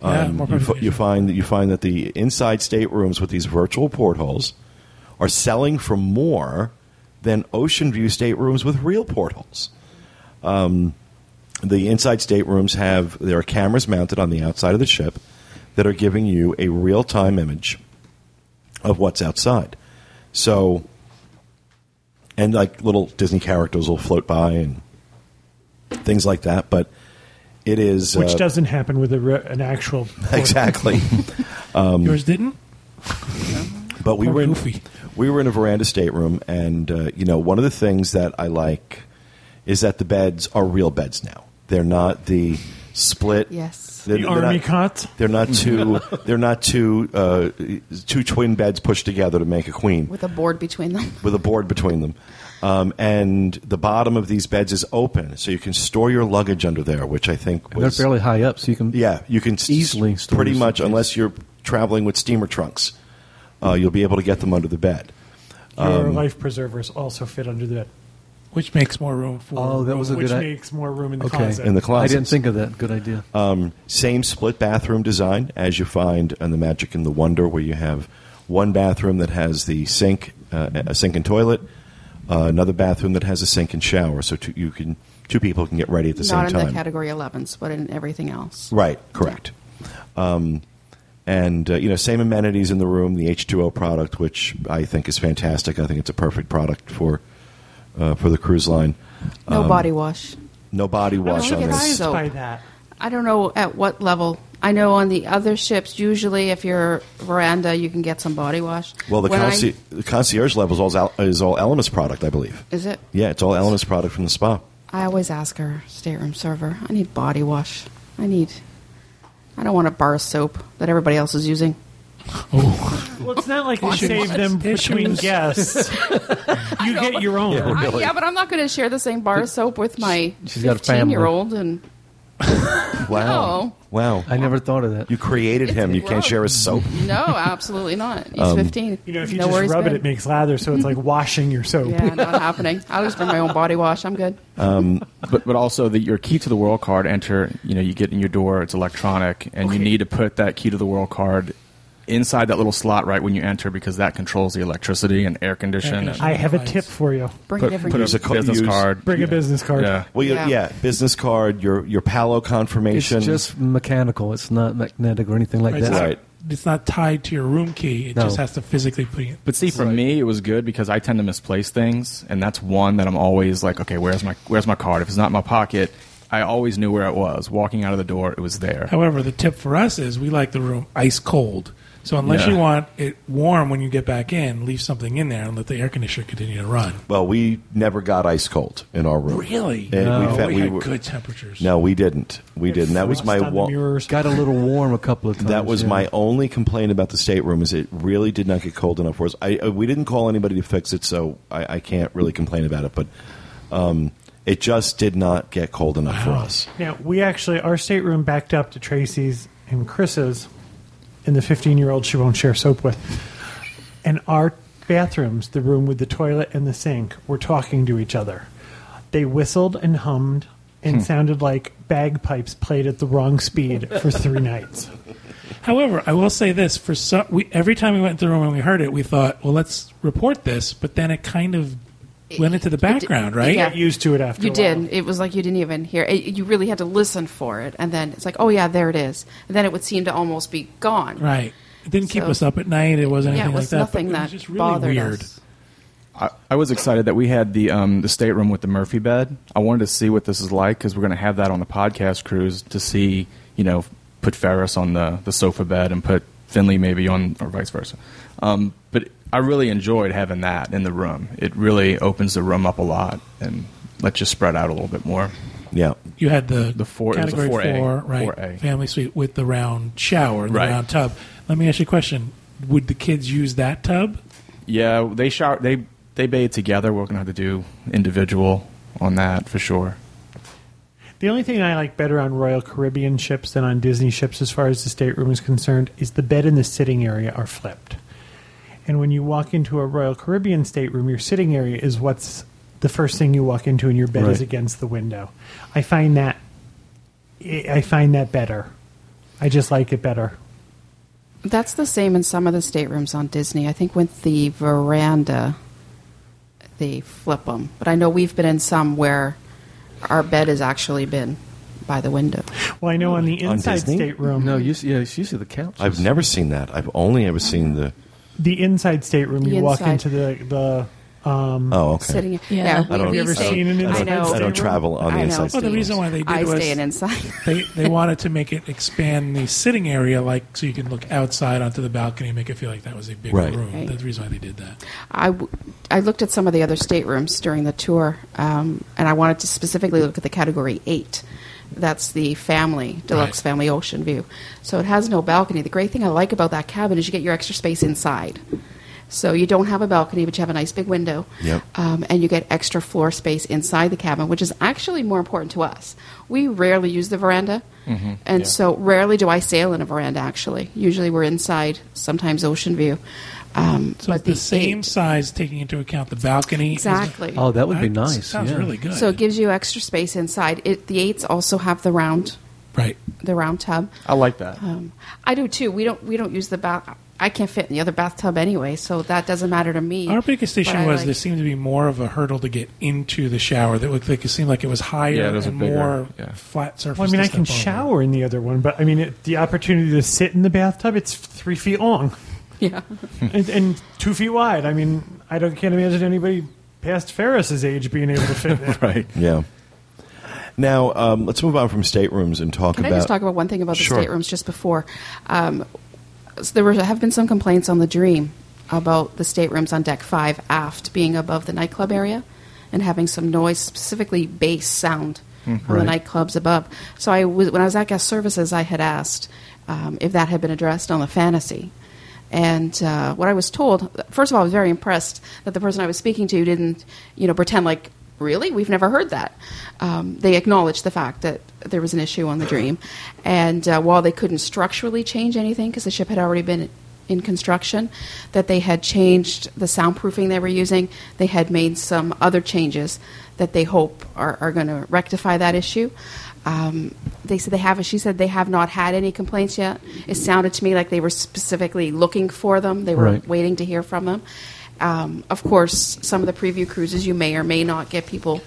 [SPEAKER 1] Um,
[SPEAKER 2] Yeah, more
[SPEAKER 1] you,
[SPEAKER 2] popular
[SPEAKER 1] f-
[SPEAKER 2] than
[SPEAKER 1] you
[SPEAKER 2] usual.
[SPEAKER 1] find that you find that the inside staterooms with these virtual portholes are selling for more than ocean view staterooms with real portholes Um, the inside staterooms have there are cameras mounted on the outside of the ship that are giving you a real time image of what's outside. So, and like little Disney characters will float by and things like that. But it is
[SPEAKER 6] which
[SPEAKER 1] uh,
[SPEAKER 6] doesn't happen with a re- an actual
[SPEAKER 1] exactly. um,
[SPEAKER 2] Yours didn't?
[SPEAKER 1] but we
[SPEAKER 2] Poor
[SPEAKER 1] were in,
[SPEAKER 2] Goofy.
[SPEAKER 1] we were in a veranda stateroom, and uh, you know one of the things that I like is that the beds are real beds now. They're not the split.
[SPEAKER 8] Yes.
[SPEAKER 1] they're-
[SPEAKER 6] The
[SPEAKER 1] they're
[SPEAKER 6] army
[SPEAKER 1] not,
[SPEAKER 6] cots?
[SPEAKER 1] They're not two. they're not two. Uh, two twin beds pushed together to make a queen
[SPEAKER 8] with a board between them.
[SPEAKER 1] with a board between them. Um, and the bottom of these beds is open, so you can store your luggage under there, which I think
[SPEAKER 5] And they're
[SPEAKER 1] was
[SPEAKER 5] fairly high up, so you can
[SPEAKER 1] yeah, you can s-
[SPEAKER 5] easily store
[SPEAKER 1] pretty
[SPEAKER 5] your
[SPEAKER 1] much,
[SPEAKER 5] suitcase.
[SPEAKER 1] unless you're traveling with steamer trunks, uh, you'll be able to get them under the bed.
[SPEAKER 5] Um,
[SPEAKER 6] Your life preservers also fit under the bed,
[SPEAKER 2] Which makes more room for.
[SPEAKER 5] Oh, that was a
[SPEAKER 6] which
[SPEAKER 5] good i-
[SPEAKER 6] makes more room in the
[SPEAKER 5] Okay.
[SPEAKER 6] closet.
[SPEAKER 1] In the closet,
[SPEAKER 5] I didn't think of that. Good idea.
[SPEAKER 4] Uh,
[SPEAKER 1] Same split bathroom design as you find on the Magic and the Wonder, where you have one bathroom that has the sink, uh, a sink and toilet, uh, another bathroom that has a sink and shower, so two, you can two people can get ready at the
[SPEAKER 8] Not in
[SPEAKER 1] same
[SPEAKER 8] the
[SPEAKER 1] time.
[SPEAKER 8] category 11s, but in everything else.
[SPEAKER 1] Right, correct. Um, and uh, you know, same amenities in the room. The H two O product, which I think is fantastic. I think it's a perfect product for uh, for the cruise line. Um,
[SPEAKER 8] No body wash.
[SPEAKER 1] No body
[SPEAKER 6] I
[SPEAKER 1] wash
[SPEAKER 6] was
[SPEAKER 8] think
[SPEAKER 1] on
[SPEAKER 8] it's
[SPEAKER 1] this.
[SPEAKER 6] surprised
[SPEAKER 8] Soap.
[SPEAKER 6] by that.
[SPEAKER 8] I don't know at what level. I know on the other ships, usually if you're veranda, you can get some body wash.
[SPEAKER 1] Well, the,
[SPEAKER 8] When I-
[SPEAKER 1] conci- the concierge level is all, is all Elemis product, I believe.
[SPEAKER 8] Is it?
[SPEAKER 1] Yeah, it's all Elemis product from the spa.
[SPEAKER 8] I always ask our stateroom server, I need body wash. I need. I don't want a bar of soap that everybody else is using.
[SPEAKER 6] Well, it's not like you
[SPEAKER 2] Issues.
[SPEAKER 6] save them between
[SPEAKER 2] Issues.
[SPEAKER 6] guests. you get your own.
[SPEAKER 8] I, yeah, but I'm not going to share the same bar of soap with my
[SPEAKER 5] She's got a
[SPEAKER 8] 15
[SPEAKER 5] family.
[SPEAKER 8] year old. And
[SPEAKER 1] Wow,
[SPEAKER 8] No.
[SPEAKER 1] wow!
[SPEAKER 5] I never thought of that.
[SPEAKER 1] you created him. You can't
[SPEAKER 8] gross.
[SPEAKER 1] share his soap.
[SPEAKER 8] no, absolutely not. He's
[SPEAKER 1] Um,
[SPEAKER 8] 15.
[SPEAKER 6] You know, if you
[SPEAKER 8] no
[SPEAKER 6] just
[SPEAKER 8] worries,
[SPEAKER 6] rub it,
[SPEAKER 8] babe.
[SPEAKER 6] it makes lather, so it's like washing your soap.
[SPEAKER 8] Yeah, not happening. I'll just bring my own body wash. I'm good.
[SPEAKER 1] Uh,
[SPEAKER 4] But but also the, your key to the world card enter. You know, you get in your door. It's electronic, and you need to put that key to the world card inside that little slot right when you enter because that controls the electricity and air conditioning.
[SPEAKER 2] conditioning.
[SPEAKER 6] I have a
[SPEAKER 2] Nice.
[SPEAKER 6] tip for you.
[SPEAKER 8] Bring
[SPEAKER 4] Put,
[SPEAKER 8] every
[SPEAKER 4] put
[SPEAKER 1] Use a
[SPEAKER 4] a
[SPEAKER 1] co-
[SPEAKER 4] business
[SPEAKER 1] use-
[SPEAKER 4] card.
[SPEAKER 6] Bring a business card.
[SPEAKER 4] Yeah.
[SPEAKER 1] Well, you- yeah.
[SPEAKER 8] Yeah.
[SPEAKER 1] business card, your your Palo
[SPEAKER 5] It's
[SPEAKER 1] confirmation.
[SPEAKER 5] just mechanical. It's not magnetic or anything like
[SPEAKER 2] Right,
[SPEAKER 5] that.
[SPEAKER 2] it's not-
[SPEAKER 1] Right.
[SPEAKER 2] It's not tied to your room key. It
[SPEAKER 5] No.
[SPEAKER 2] just has to physically put it.
[SPEAKER 4] But see, for me, it was good because I tend to misplace things, and that's one that I'm always like, okay, where's my where's my card? If it's not in my pocket, I always knew where it was. Walking out of the door, it was there.
[SPEAKER 2] However, the tip for us is we like the room ice cold. So unless
[SPEAKER 4] Yeah.
[SPEAKER 2] you want it warm when you get back in, leave something in there and let the air conditioner continue to run.
[SPEAKER 1] well, we never got ice cold in our room.
[SPEAKER 2] Really?
[SPEAKER 1] And
[SPEAKER 5] No.
[SPEAKER 1] we, fa-
[SPEAKER 2] we,
[SPEAKER 1] we
[SPEAKER 2] had
[SPEAKER 1] were-
[SPEAKER 2] good temperatures.
[SPEAKER 1] No, we didn't. We didn't. That was
[SPEAKER 6] Frost
[SPEAKER 1] my
[SPEAKER 6] on the
[SPEAKER 1] one.
[SPEAKER 6] mirrors.
[SPEAKER 5] Got a little warm a couple of times.
[SPEAKER 1] That was
[SPEAKER 5] yeah.
[SPEAKER 1] my only complaint about the stateroom is it really did not get cold enough for us. I, uh, we didn't call anybody to fix it, so I, I can't really complain about it. But um, it just did not get cold enough for us.
[SPEAKER 6] Now we actually our stateroom backed up to Tracy's and Chris's, and the fifteen-year-old she won't share soap with, and our bathrooms, the room with the toilet and the sink, were talking to each other. They whistled and hummed and sounded like bagpipes played at the wrong speed for three nights.
[SPEAKER 2] However, I will say this: for some, we, every time we went into the room and we heard it, we thought, "Well, let's report this." But then it kind of went into the background, right?
[SPEAKER 8] yeah.
[SPEAKER 6] Got used to it after
[SPEAKER 8] You
[SPEAKER 6] a while.
[SPEAKER 8] did. It was like you didn't even hear. It, you really had to listen for it, and then it's like, oh yeah, there it is. And then it would seem to almost be gone.
[SPEAKER 2] Right. It didn't keep
[SPEAKER 8] So-
[SPEAKER 2] us up at night. It wasn't
[SPEAKER 8] Yeah,
[SPEAKER 2] anything
[SPEAKER 8] it was
[SPEAKER 2] like that. but
[SPEAKER 8] nothing
[SPEAKER 2] it
[SPEAKER 8] that
[SPEAKER 2] was just really
[SPEAKER 8] bothered
[SPEAKER 2] weird.
[SPEAKER 8] us.
[SPEAKER 4] I, I was excited that we had the um, the stateroom with the Murphy bed. I wanted to see what this is like because we're going to have that on the podcast cruise to see, you know, put Ferris on the, the sofa bed and put Finley maybe on, or vice versa. Um, but I really enjoyed having that in the room. It really opens the room up a lot and lets you spread out a little bit more.
[SPEAKER 1] Yeah.
[SPEAKER 2] You had the,
[SPEAKER 4] The four- it was the
[SPEAKER 2] category
[SPEAKER 4] 4A,
[SPEAKER 2] four, right?
[SPEAKER 4] 4A.
[SPEAKER 2] Family suite with the round shower, the
[SPEAKER 4] Right.
[SPEAKER 2] round tub. Let me ask you a question: Would the kids use that tub?
[SPEAKER 4] Yeah, they shower, they they bathe together. We're going to have to do individual on that for sure.
[SPEAKER 6] The only thing I like better on Royal Caribbean ships than on Disney ships, as far as the stateroom is concerned, is the bed and the sitting area are flipped. And when you walk into a Royal Caribbean stateroom, your sitting area is what's the first thing you walk into, and your bed is
[SPEAKER 5] Right.
[SPEAKER 6] against the window. I find that I I find that better. I just like it better.
[SPEAKER 8] That's the same in some of the staterooms on Disney. I think with the veranda, they flip them. But I know we've been in some where our bed has actually been by the window.
[SPEAKER 6] Well, I know on the
[SPEAKER 1] On
[SPEAKER 6] inside
[SPEAKER 1] Disney?
[SPEAKER 6] stateroom,
[SPEAKER 5] No, you, see- yeah, it's usually the couch.
[SPEAKER 1] I've never seen that. I've only ever seen the.
[SPEAKER 6] the inside stateroom,
[SPEAKER 8] The
[SPEAKER 6] you walk
[SPEAKER 8] inside.
[SPEAKER 6] into the the. Um,
[SPEAKER 1] Oh, okay.
[SPEAKER 8] Sitting, yeah.
[SPEAKER 3] Yeah. I
[SPEAKER 1] I
[SPEAKER 8] we-
[SPEAKER 1] don't,
[SPEAKER 8] we
[SPEAKER 1] I don't-
[SPEAKER 6] ever
[SPEAKER 8] stay-
[SPEAKER 6] seen an
[SPEAKER 1] I don't-
[SPEAKER 8] I know.
[SPEAKER 1] I don't travel on
[SPEAKER 8] I
[SPEAKER 1] the
[SPEAKER 8] know.
[SPEAKER 1] inside.
[SPEAKER 2] Well, the
[SPEAKER 1] staterooms.
[SPEAKER 2] reason why they did
[SPEAKER 8] I
[SPEAKER 2] was
[SPEAKER 8] stay in inside.
[SPEAKER 2] they they wanted to make it expand the sitting area, like so you can look outside onto the balcony, and make it feel like that was a big
[SPEAKER 1] Right.
[SPEAKER 2] room.
[SPEAKER 8] Right.
[SPEAKER 2] That's the reason why they did that.
[SPEAKER 8] I, w- I looked at some of the other staterooms during the tour, um, and I wanted to specifically look at the category eight. That's the family, deluxe
[SPEAKER 2] Right.
[SPEAKER 8] family ocean view. So it has no balcony. The great thing I like about that cabin is you get your extra space inside. So you don't have a balcony, but you have a nice big window.
[SPEAKER 1] Yep.
[SPEAKER 8] Um, and you get extra floor space inside the cabin, which is actually more important to us. We rarely use the veranda. And
[SPEAKER 4] yeah.
[SPEAKER 8] so rarely do I sail in a veranda, actually. Usually we're inside, sometimes ocean view. Um,
[SPEAKER 2] So
[SPEAKER 8] but
[SPEAKER 2] it's the same
[SPEAKER 8] eight-
[SPEAKER 2] size, taking into account the balcony. is-
[SPEAKER 8] Exactly.
[SPEAKER 5] Oh, that would be
[SPEAKER 2] That
[SPEAKER 5] nice.
[SPEAKER 2] Sounds
[SPEAKER 5] yeah.
[SPEAKER 2] really good.
[SPEAKER 8] So it gives you extra space inside. It, the eights also have the round,
[SPEAKER 2] right.
[SPEAKER 8] the round tub.
[SPEAKER 4] I like that.
[SPEAKER 2] Oh.
[SPEAKER 8] Um, I do too. We don't we don't use the bath. I can't fit in the other bathtub anyway, so that doesn't matter to me.
[SPEAKER 2] Our biggest issue
[SPEAKER 8] But I
[SPEAKER 2] was
[SPEAKER 8] like-
[SPEAKER 2] there seemed to be more of a hurdle to get into the shower. That looked like it seemed like it was higher
[SPEAKER 4] Yeah, those are
[SPEAKER 2] and
[SPEAKER 4] bigger,
[SPEAKER 2] more
[SPEAKER 4] yeah.
[SPEAKER 2] flat surface.
[SPEAKER 6] Well, I mean,
[SPEAKER 2] to
[SPEAKER 6] I can
[SPEAKER 2] step over.
[SPEAKER 6] shower in the other one, but I mean, it, the opportunity to sit in the bathtub—it's three feet long
[SPEAKER 8] Yeah.
[SPEAKER 6] and, and two feet wide. I mean, I don't can't imagine anybody past Ferris's age being able to fit there.
[SPEAKER 4] Right.
[SPEAKER 1] Yeah. Now um, let's move on from staterooms and talk
[SPEAKER 8] Can
[SPEAKER 1] about.
[SPEAKER 8] I just talk about one thing about the
[SPEAKER 1] Sure.
[SPEAKER 8] staterooms just before? Um, so there were, have been some complaints on the Dream about the staterooms on deck five aft being above the nightclub area and having some noise, specifically bass sound on the
[SPEAKER 5] Right.
[SPEAKER 8] nightclubs above. So I was, when I was at guest services, I had asked um, if that had been addressed on the fantasy. And uh, what I was told, first of all, I was very impressed that the person I was speaking to didn't, you know, pretend like really we've never heard that. Um, they acknowledged the fact that there was an issue on the dream, and uh, while they couldn't structurally change anything because the ship had already been in construction, that they had changed the soundproofing they were using. They had made some other changes that they hope are, are going to rectify that issue. Um, they said they have. She said they have not had any complaints yet. It sounded to me like they were specifically looking for them. They were
[SPEAKER 5] Right.
[SPEAKER 8] waiting to hear from them. Um, of course, some of the preview cruises you may or may not get people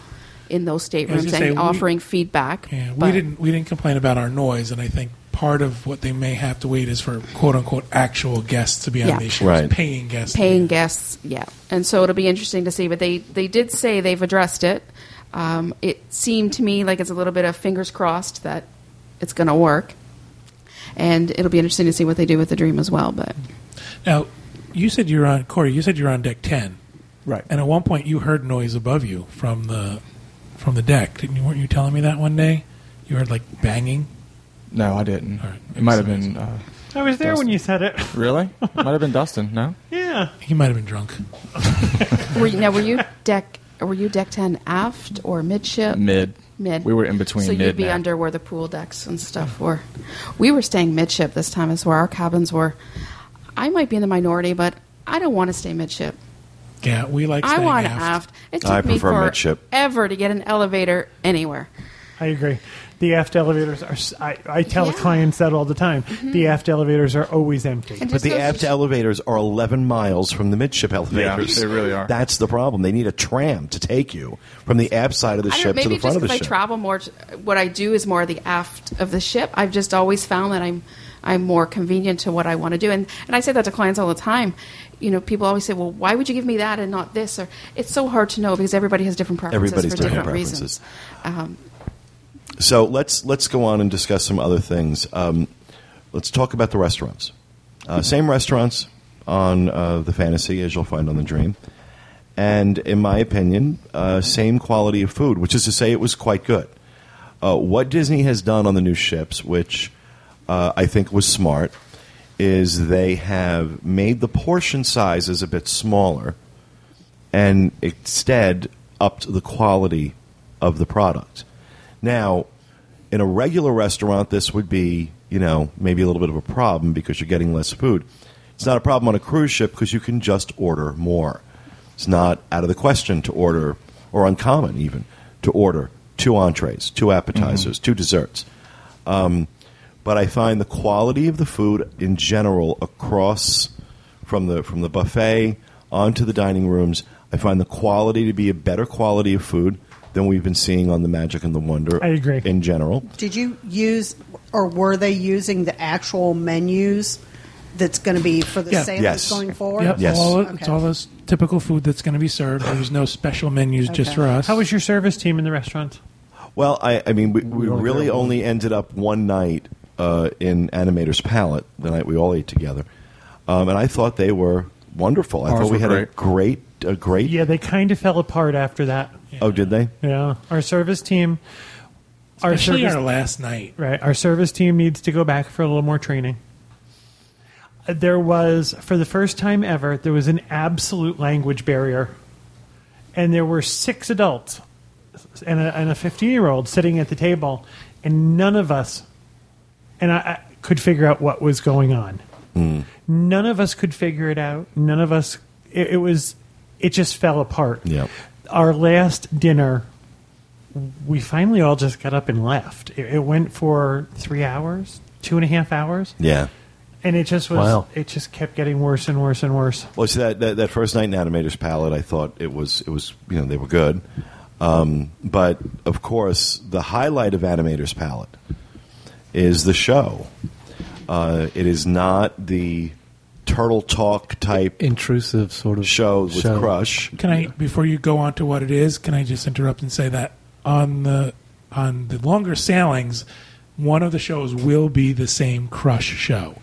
[SPEAKER 8] in those
[SPEAKER 2] was
[SPEAKER 8] staterooms and
[SPEAKER 2] gonna say, we-
[SPEAKER 8] offering feedback.
[SPEAKER 2] Yeah, we
[SPEAKER 8] but-
[SPEAKER 2] didn't we didn't complain about our noise, and I think part of what they may have to wait is for quote unquote actual guests to be on
[SPEAKER 8] Yeah.
[SPEAKER 2] these shows,
[SPEAKER 1] Right.
[SPEAKER 2] paying guests,
[SPEAKER 8] paying guests. Yeah, and so it'll be interesting to see. But they they did say they've addressed it. Um, it seemed to me like it's a little bit of fingers crossed that it's going to work, and it'll be interesting to see what they do with the dream as well. But
[SPEAKER 2] Now, you said you're on Corey. You said you're on deck ten,
[SPEAKER 5] Right.
[SPEAKER 2] and at one point you heard noise above you from the from the deck. Didn't you? Weren't you telling me that one day? You heard like banging.
[SPEAKER 4] No, I didn't.
[SPEAKER 2] All right.
[SPEAKER 4] It might have been. Uh,
[SPEAKER 6] I was there when
[SPEAKER 4] Dustin.
[SPEAKER 6] you said it.
[SPEAKER 4] really? It might have been Dustin. No.
[SPEAKER 6] Yeah.
[SPEAKER 2] He might have been drunk.
[SPEAKER 8] were you, now, were you deck? Were you deck ten aft or midship?
[SPEAKER 4] Mid.
[SPEAKER 8] Mid.
[SPEAKER 4] We were in between.
[SPEAKER 8] So
[SPEAKER 4] mid
[SPEAKER 8] you'd be
[SPEAKER 4] and aft.
[SPEAKER 8] under where the pool decks and stuff were. We were staying midship this time, is where our cabins were. I might be in the minority, but I don't want to stay midship.
[SPEAKER 2] Yeah, we like.
[SPEAKER 8] I
[SPEAKER 2] staying
[SPEAKER 8] want
[SPEAKER 2] aft.
[SPEAKER 8] aft. It took
[SPEAKER 1] I
[SPEAKER 8] me
[SPEAKER 1] prefer midship.
[SPEAKER 8] forever to get an elevator anywhere.
[SPEAKER 6] I agree. The aft elevators are. s- I, I tell
[SPEAKER 8] Yeah. Mm-hmm.
[SPEAKER 6] clients that all the time. The aft elevators are always empty.
[SPEAKER 8] And
[SPEAKER 1] But
[SPEAKER 8] just
[SPEAKER 1] the
[SPEAKER 8] those-
[SPEAKER 1] aft elevators are 11 miles from the midship elevators.
[SPEAKER 4] they really are.
[SPEAKER 1] That's the problem. They need a tram to take you from the aft side of the
[SPEAKER 8] I don't know,
[SPEAKER 1] ship to
[SPEAKER 8] maybe
[SPEAKER 1] the front
[SPEAKER 8] just
[SPEAKER 1] of the
[SPEAKER 8] because I
[SPEAKER 1] ship.
[SPEAKER 8] travel more, t- what I do is more the aft of the ship. I've just always found that I'm I'm more convenient to what I want to do, and and I say that to clients all the time. You know, people always say, "Well, why would you give me that and not this?" Or it's so hard to know because everybody has different preferences
[SPEAKER 1] Everybody's
[SPEAKER 8] for
[SPEAKER 1] different
[SPEAKER 8] different
[SPEAKER 1] preferences.
[SPEAKER 8] reasons. Um,
[SPEAKER 1] So let's let's go on and discuss some other things. Um, let's talk about the restaurants. Uh, same restaurants on uh, the fantasy as you'll find on the dream, and in my opinion, uh, same quality of food, which is to say, it was quite good. Uh, what Disney has done on the new ships, which uh, I think was smart, is they have made the portion sizes a bit smaller, and instead upped the quality of the product. Now, in a regular restaurant, this would be, you know, maybe a little bit of a problem because you're getting less food. It's not a problem on a cruise ship because you can just order more. It's not out of the question to order, or uncommon even, to order two entrees, two appetizers, two desserts. Um, but I find the quality of the food in general across from the from the buffet onto the dining rooms, I find the quality to be a better quality of food than we've been seeing on the Magic and the Wonder.
[SPEAKER 6] I agree.
[SPEAKER 1] In general,
[SPEAKER 7] Did you use or were they using the actual menus that's going to be for the
[SPEAKER 2] Yeah.
[SPEAKER 7] sailors
[SPEAKER 1] Yes.
[SPEAKER 7] going forward?
[SPEAKER 2] Yep,
[SPEAKER 1] Yes.
[SPEAKER 2] all,
[SPEAKER 7] Okay.
[SPEAKER 2] it's all those typical food that's going to be served. There was no special menus just
[SPEAKER 7] Okay.
[SPEAKER 2] for us.
[SPEAKER 6] How was your service team in the restaurant?
[SPEAKER 1] well, I, I mean, we, we,
[SPEAKER 5] only
[SPEAKER 1] really
[SPEAKER 5] got one.
[SPEAKER 1] only ended up one night uh, in Animator's Palette, the night we all ate together, um, and I thought they were wonderful. I
[SPEAKER 4] Ours
[SPEAKER 1] thought we
[SPEAKER 4] were
[SPEAKER 1] had a great, a great.
[SPEAKER 6] Yeah, they kind of fell apart after that.
[SPEAKER 1] Oh, did they?
[SPEAKER 6] Yeah, our service team. Our
[SPEAKER 2] Especially
[SPEAKER 6] service
[SPEAKER 2] our last night.
[SPEAKER 6] Right. Our service team needs to go back for a little more training. Uh, There was, for the first time ever, there was an absolute language barrier. And there were six adults and a, and a 15 year old sitting at the table, and none of us and I, I could figure out what was going on. None of us could figure it out. None of us, it, it was, it just fell apart.
[SPEAKER 1] Yeah.
[SPEAKER 6] Our last dinner we finally all just got up and left. It, it went for three hours, two and a half hours,
[SPEAKER 1] Yeah.
[SPEAKER 6] and it just was.
[SPEAKER 5] Wow.
[SPEAKER 6] It just kept getting worse and worse and worse.
[SPEAKER 1] Well, so that, that that first night in Animator's Palette, I thought it was it was you know they were good, um, but of course the highlight of Animator's Palette is the show. Uh, it is not the turtle talk type
[SPEAKER 5] Intrusive sort of
[SPEAKER 1] show with Crush.
[SPEAKER 2] Can I, before you go on to what it is, can I just interrupt and say that on the on the longer sailings, one of the shows will be the same Crush show.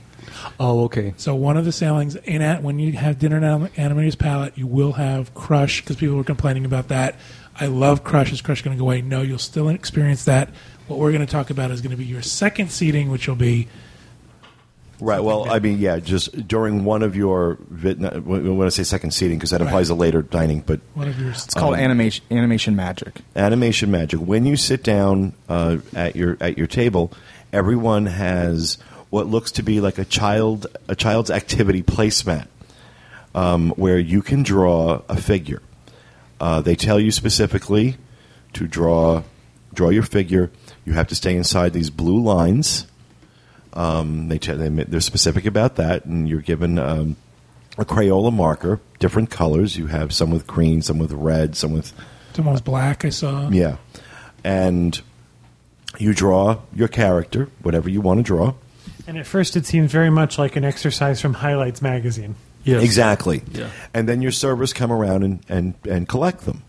[SPEAKER 5] Oh, okay.
[SPEAKER 2] So one of the sailings in at when you have dinner at Animator's Palette, you will have Crush because people were complaining about that. I love Crush. Is Crush going to go away? No, you'll still experience that. What we're going to talk about is going to be your second seating, which will be
[SPEAKER 1] Right. Well, I mean, yeah, just during one of your vid- no, when when I say second seating because that implies a later dining, but
[SPEAKER 2] one of your.
[SPEAKER 4] It's called animation. Animation magic.
[SPEAKER 1] animation magic. When you sit down uh, at your at your table, everyone has what looks to be like a child a child's activity placemat, um, where you can draw a figure. Uh, they tell you specifically to draw draw your figure. You have to stay inside these blue lines. Um, they tell, they, ma- they're specific about that, and you're given um, a Crayola marker, different colors. You have some with green, some with red, some with
[SPEAKER 2] Someone was black. I saw.
[SPEAKER 1] yeah. And you draw your character, whatever you want to draw.
[SPEAKER 6] And at first, it seems very much like an exercise from Highlights magazine.
[SPEAKER 5] Yes.
[SPEAKER 1] Exactly.
[SPEAKER 5] Yeah.
[SPEAKER 1] And then your servers come around and, and, and collect them.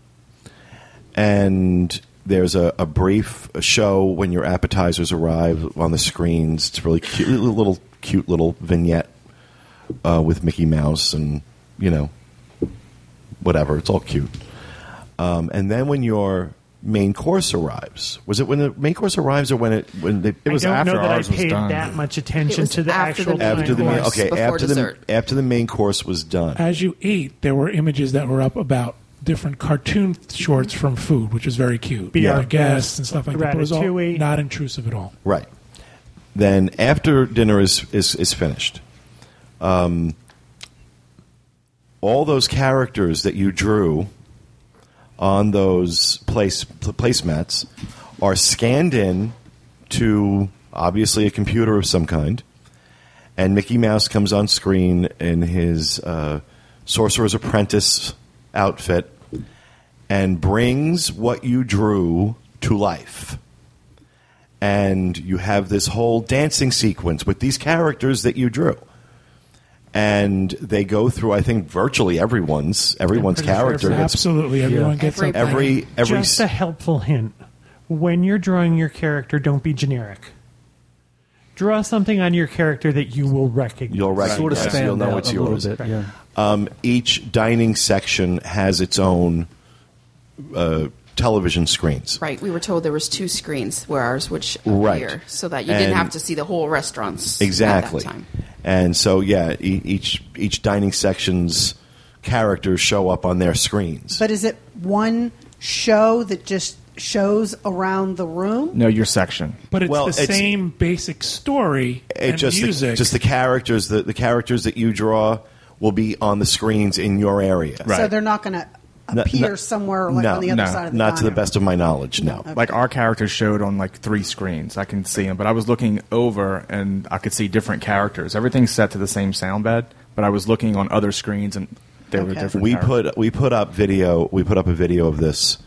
[SPEAKER 1] And there's a, a brief show when your appetizers arrive on the screens. It's really cute, little cute little vignette uh, with Mickey Mouse and you know whatever. It's all cute. Um, and then when your main course arrives, was it when the main course arrives or when it when they,
[SPEAKER 4] It was
[SPEAKER 6] I don't
[SPEAKER 4] after
[SPEAKER 6] know that I
[SPEAKER 4] ours was
[SPEAKER 6] paid
[SPEAKER 4] done.
[SPEAKER 6] that much
[SPEAKER 8] It
[SPEAKER 6] attention
[SPEAKER 8] was
[SPEAKER 6] to the
[SPEAKER 8] after
[SPEAKER 6] actual
[SPEAKER 8] the
[SPEAKER 6] time.
[SPEAKER 1] after the main,
[SPEAKER 8] course
[SPEAKER 1] okay
[SPEAKER 8] before
[SPEAKER 1] after
[SPEAKER 8] dessert.
[SPEAKER 1] the after the main course was done?
[SPEAKER 2] As you ate, there were images that were up about different cartoon shorts from food, which was very cute.
[SPEAKER 6] Be Our
[SPEAKER 2] Other guests and stuff like that. But it was all
[SPEAKER 6] Ratatouille.
[SPEAKER 2] not intrusive at all.
[SPEAKER 1] Right. Then after dinner is is, is finished, um, all those characters that you drew on those place pl- placemats are scanned in to obviously a computer of some kind, and Mickey Mouse comes on screen in his uh, Sorcerer's Apprentice outfit and brings what you drew to life and you have this whole dancing sequence with these characters that you drew. And they go through, I think, virtually everyone's everyone's
[SPEAKER 6] pretty sure
[SPEAKER 1] character. It's
[SPEAKER 6] it's
[SPEAKER 2] Absolutely, everyone gets
[SPEAKER 8] Every-
[SPEAKER 2] up.
[SPEAKER 1] every every
[SPEAKER 6] Just a helpful hint. When you're drawing your character, don't be generic. Draw something on your character that you will recognize.
[SPEAKER 1] you'll recognize,
[SPEAKER 5] Sort of stand
[SPEAKER 1] you'll know
[SPEAKER 5] out
[SPEAKER 1] it's
[SPEAKER 5] a
[SPEAKER 1] yours.
[SPEAKER 5] little bit. Yeah.
[SPEAKER 1] Um, each dining section has its own uh, television screens.
[SPEAKER 8] Right, we were told there was two screens where ours would sh- appear,
[SPEAKER 1] Right.
[SPEAKER 8] so that you didn't
[SPEAKER 1] And-
[SPEAKER 8] have to see the whole restaurants
[SPEAKER 1] Exactly.
[SPEAKER 8] At that time.
[SPEAKER 1] And so, yeah, e- each each dining section's characters show up on their screens.
[SPEAKER 7] But is it one show that just shows around the room?
[SPEAKER 4] No, your section.
[SPEAKER 2] But it's
[SPEAKER 1] Well,
[SPEAKER 2] the
[SPEAKER 1] it's-
[SPEAKER 2] same basic story
[SPEAKER 1] it
[SPEAKER 2] and
[SPEAKER 1] just
[SPEAKER 2] music.
[SPEAKER 1] The, just the characters the, the characters that you draw will be on the screens in your area.
[SPEAKER 4] Right.
[SPEAKER 7] So they're not going to
[SPEAKER 1] No,
[SPEAKER 7] appear
[SPEAKER 1] no-
[SPEAKER 7] somewhere like
[SPEAKER 1] no,
[SPEAKER 7] on the other
[SPEAKER 4] no,
[SPEAKER 7] side of the
[SPEAKER 1] Not to the
[SPEAKER 7] diner.
[SPEAKER 1] best of my knowledge, no.
[SPEAKER 4] Like our characters showed on like three screens. I can see them, but I was looking over and I could see different characters. Everything's set to the same sound bed, but I was looking on other screens and there were
[SPEAKER 7] Okay.
[SPEAKER 4] different.
[SPEAKER 1] We
[SPEAKER 4] characters.
[SPEAKER 1] put we put up video we put up a video of this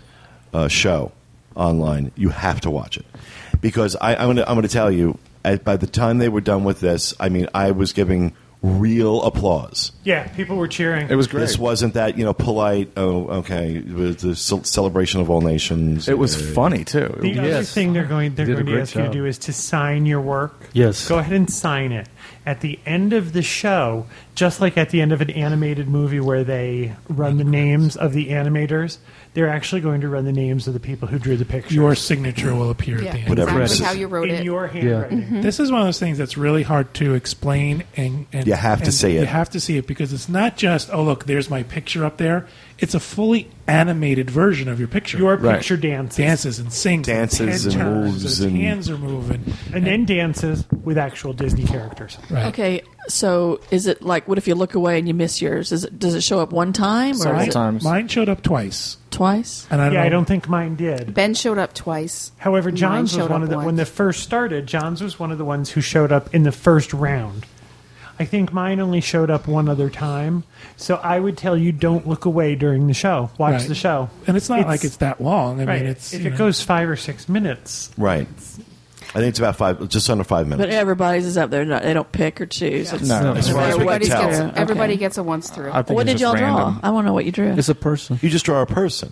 [SPEAKER 1] uh, show online. You have to watch it because I, I'm gonna I'm gonna tell you. At, by the time they were done with this, I mean, I was giving real applause.
[SPEAKER 6] Yeah, people were cheering.
[SPEAKER 4] It was great.
[SPEAKER 1] This wasn't that you know polite. Oh, okay, it was the ce- celebration of all nations.
[SPEAKER 4] It was
[SPEAKER 1] Uh,
[SPEAKER 4] funny too.
[SPEAKER 6] The other
[SPEAKER 5] Yes.
[SPEAKER 6] thing they're going they're
[SPEAKER 5] You did a
[SPEAKER 6] going to
[SPEAKER 5] great
[SPEAKER 6] ask you
[SPEAKER 5] job.
[SPEAKER 6] to do is to sign your work.
[SPEAKER 5] Yes.
[SPEAKER 6] Go ahead and sign it. At the end of the show, just like at the end of an animated movie where they run the names of the animators, they're actually going to run the names of the people who drew the picture
[SPEAKER 2] your signature will appear at the end.
[SPEAKER 1] Whatever it
[SPEAKER 8] exactly
[SPEAKER 1] is.
[SPEAKER 8] how you wrote
[SPEAKER 6] in
[SPEAKER 8] it. Mm-hmm.
[SPEAKER 6] your handwriting.
[SPEAKER 2] This is one of those things that's really hard to explain, and, and
[SPEAKER 1] You have to
[SPEAKER 2] and
[SPEAKER 1] see it.
[SPEAKER 2] You have to see it because it's not just oh look, there's my picture up there. It's a fully animated version of your picture.
[SPEAKER 6] Your
[SPEAKER 4] Right.
[SPEAKER 6] picture dances.
[SPEAKER 2] dances and sings, and
[SPEAKER 1] Dances
[SPEAKER 2] head
[SPEAKER 1] and
[SPEAKER 2] turns,
[SPEAKER 1] moves
[SPEAKER 2] his
[SPEAKER 1] and-
[SPEAKER 2] hands are moving.
[SPEAKER 6] And then dances with actual Disney characters.
[SPEAKER 2] Right.
[SPEAKER 3] Okay, so is it like what if you look away and you miss yours? Is it, does it show up one time or
[SPEAKER 4] Several
[SPEAKER 3] is
[SPEAKER 2] Mine,
[SPEAKER 3] it
[SPEAKER 4] times.
[SPEAKER 2] mine showed up twice,
[SPEAKER 3] twice?
[SPEAKER 2] and I don't.
[SPEAKER 6] Yeah,
[SPEAKER 2] know,
[SPEAKER 6] I don't think mine did.
[SPEAKER 8] Ben showed up twice.
[SPEAKER 6] However,
[SPEAKER 8] Mine
[SPEAKER 6] Johns was
[SPEAKER 8] showed
[SPEAKER 6] one
[SPEAKER 8] up
[SPEAKER 6] of the
[SPEAKER 8] once.
[SPEAKER 6] when the first started. Johns was one of the ones who showed up in the first round. I think mine only showed up one other time. So I would tell you don't look away during the show. Watch
[SPEAKER 2] Right.
[SPEAKER 6] the show.
[SPEAKER 2] And it's not like it's that long. I
[SPEAKER 6] right.
[SPEAKER 2] mean, it's
[SPEAKER 6] if
[SPEAKER 2] you
[SPEAKER 6] it
[SPEAKER 2] know,
[SPEAKER 6] goes five or six minutes.
[SPEAKER 1] Right. I think it's about five, just under five minutes.
[SPEAKER 3] But everybody's is up there. not- They don't pick or choose. It's-
[SPEAKER 4] No,
[SPEAKER 5] As
[SPEAKER 1] far as we
[SPEAKER 8] everybody
[SPEAKER 1] can tell.
[SPEAKER 8] gets
[SPEAKER 3] Yeah, okay.
[SPEAKER 8] everybody gets a once through.
[SPEAKER 4] I think
[SPEAKER 3] What
[SPEAKER 4] it's
[SPEAKER 3] did
[SPEAKER 4] just
[SPEAKER 3] y'all
[SPEAKER 4] random.
[SPEAKER 3] draw? I want to know what you drew.
[SPEAKER 5] It's a person.
[SPEAKER 1] You just draw a person,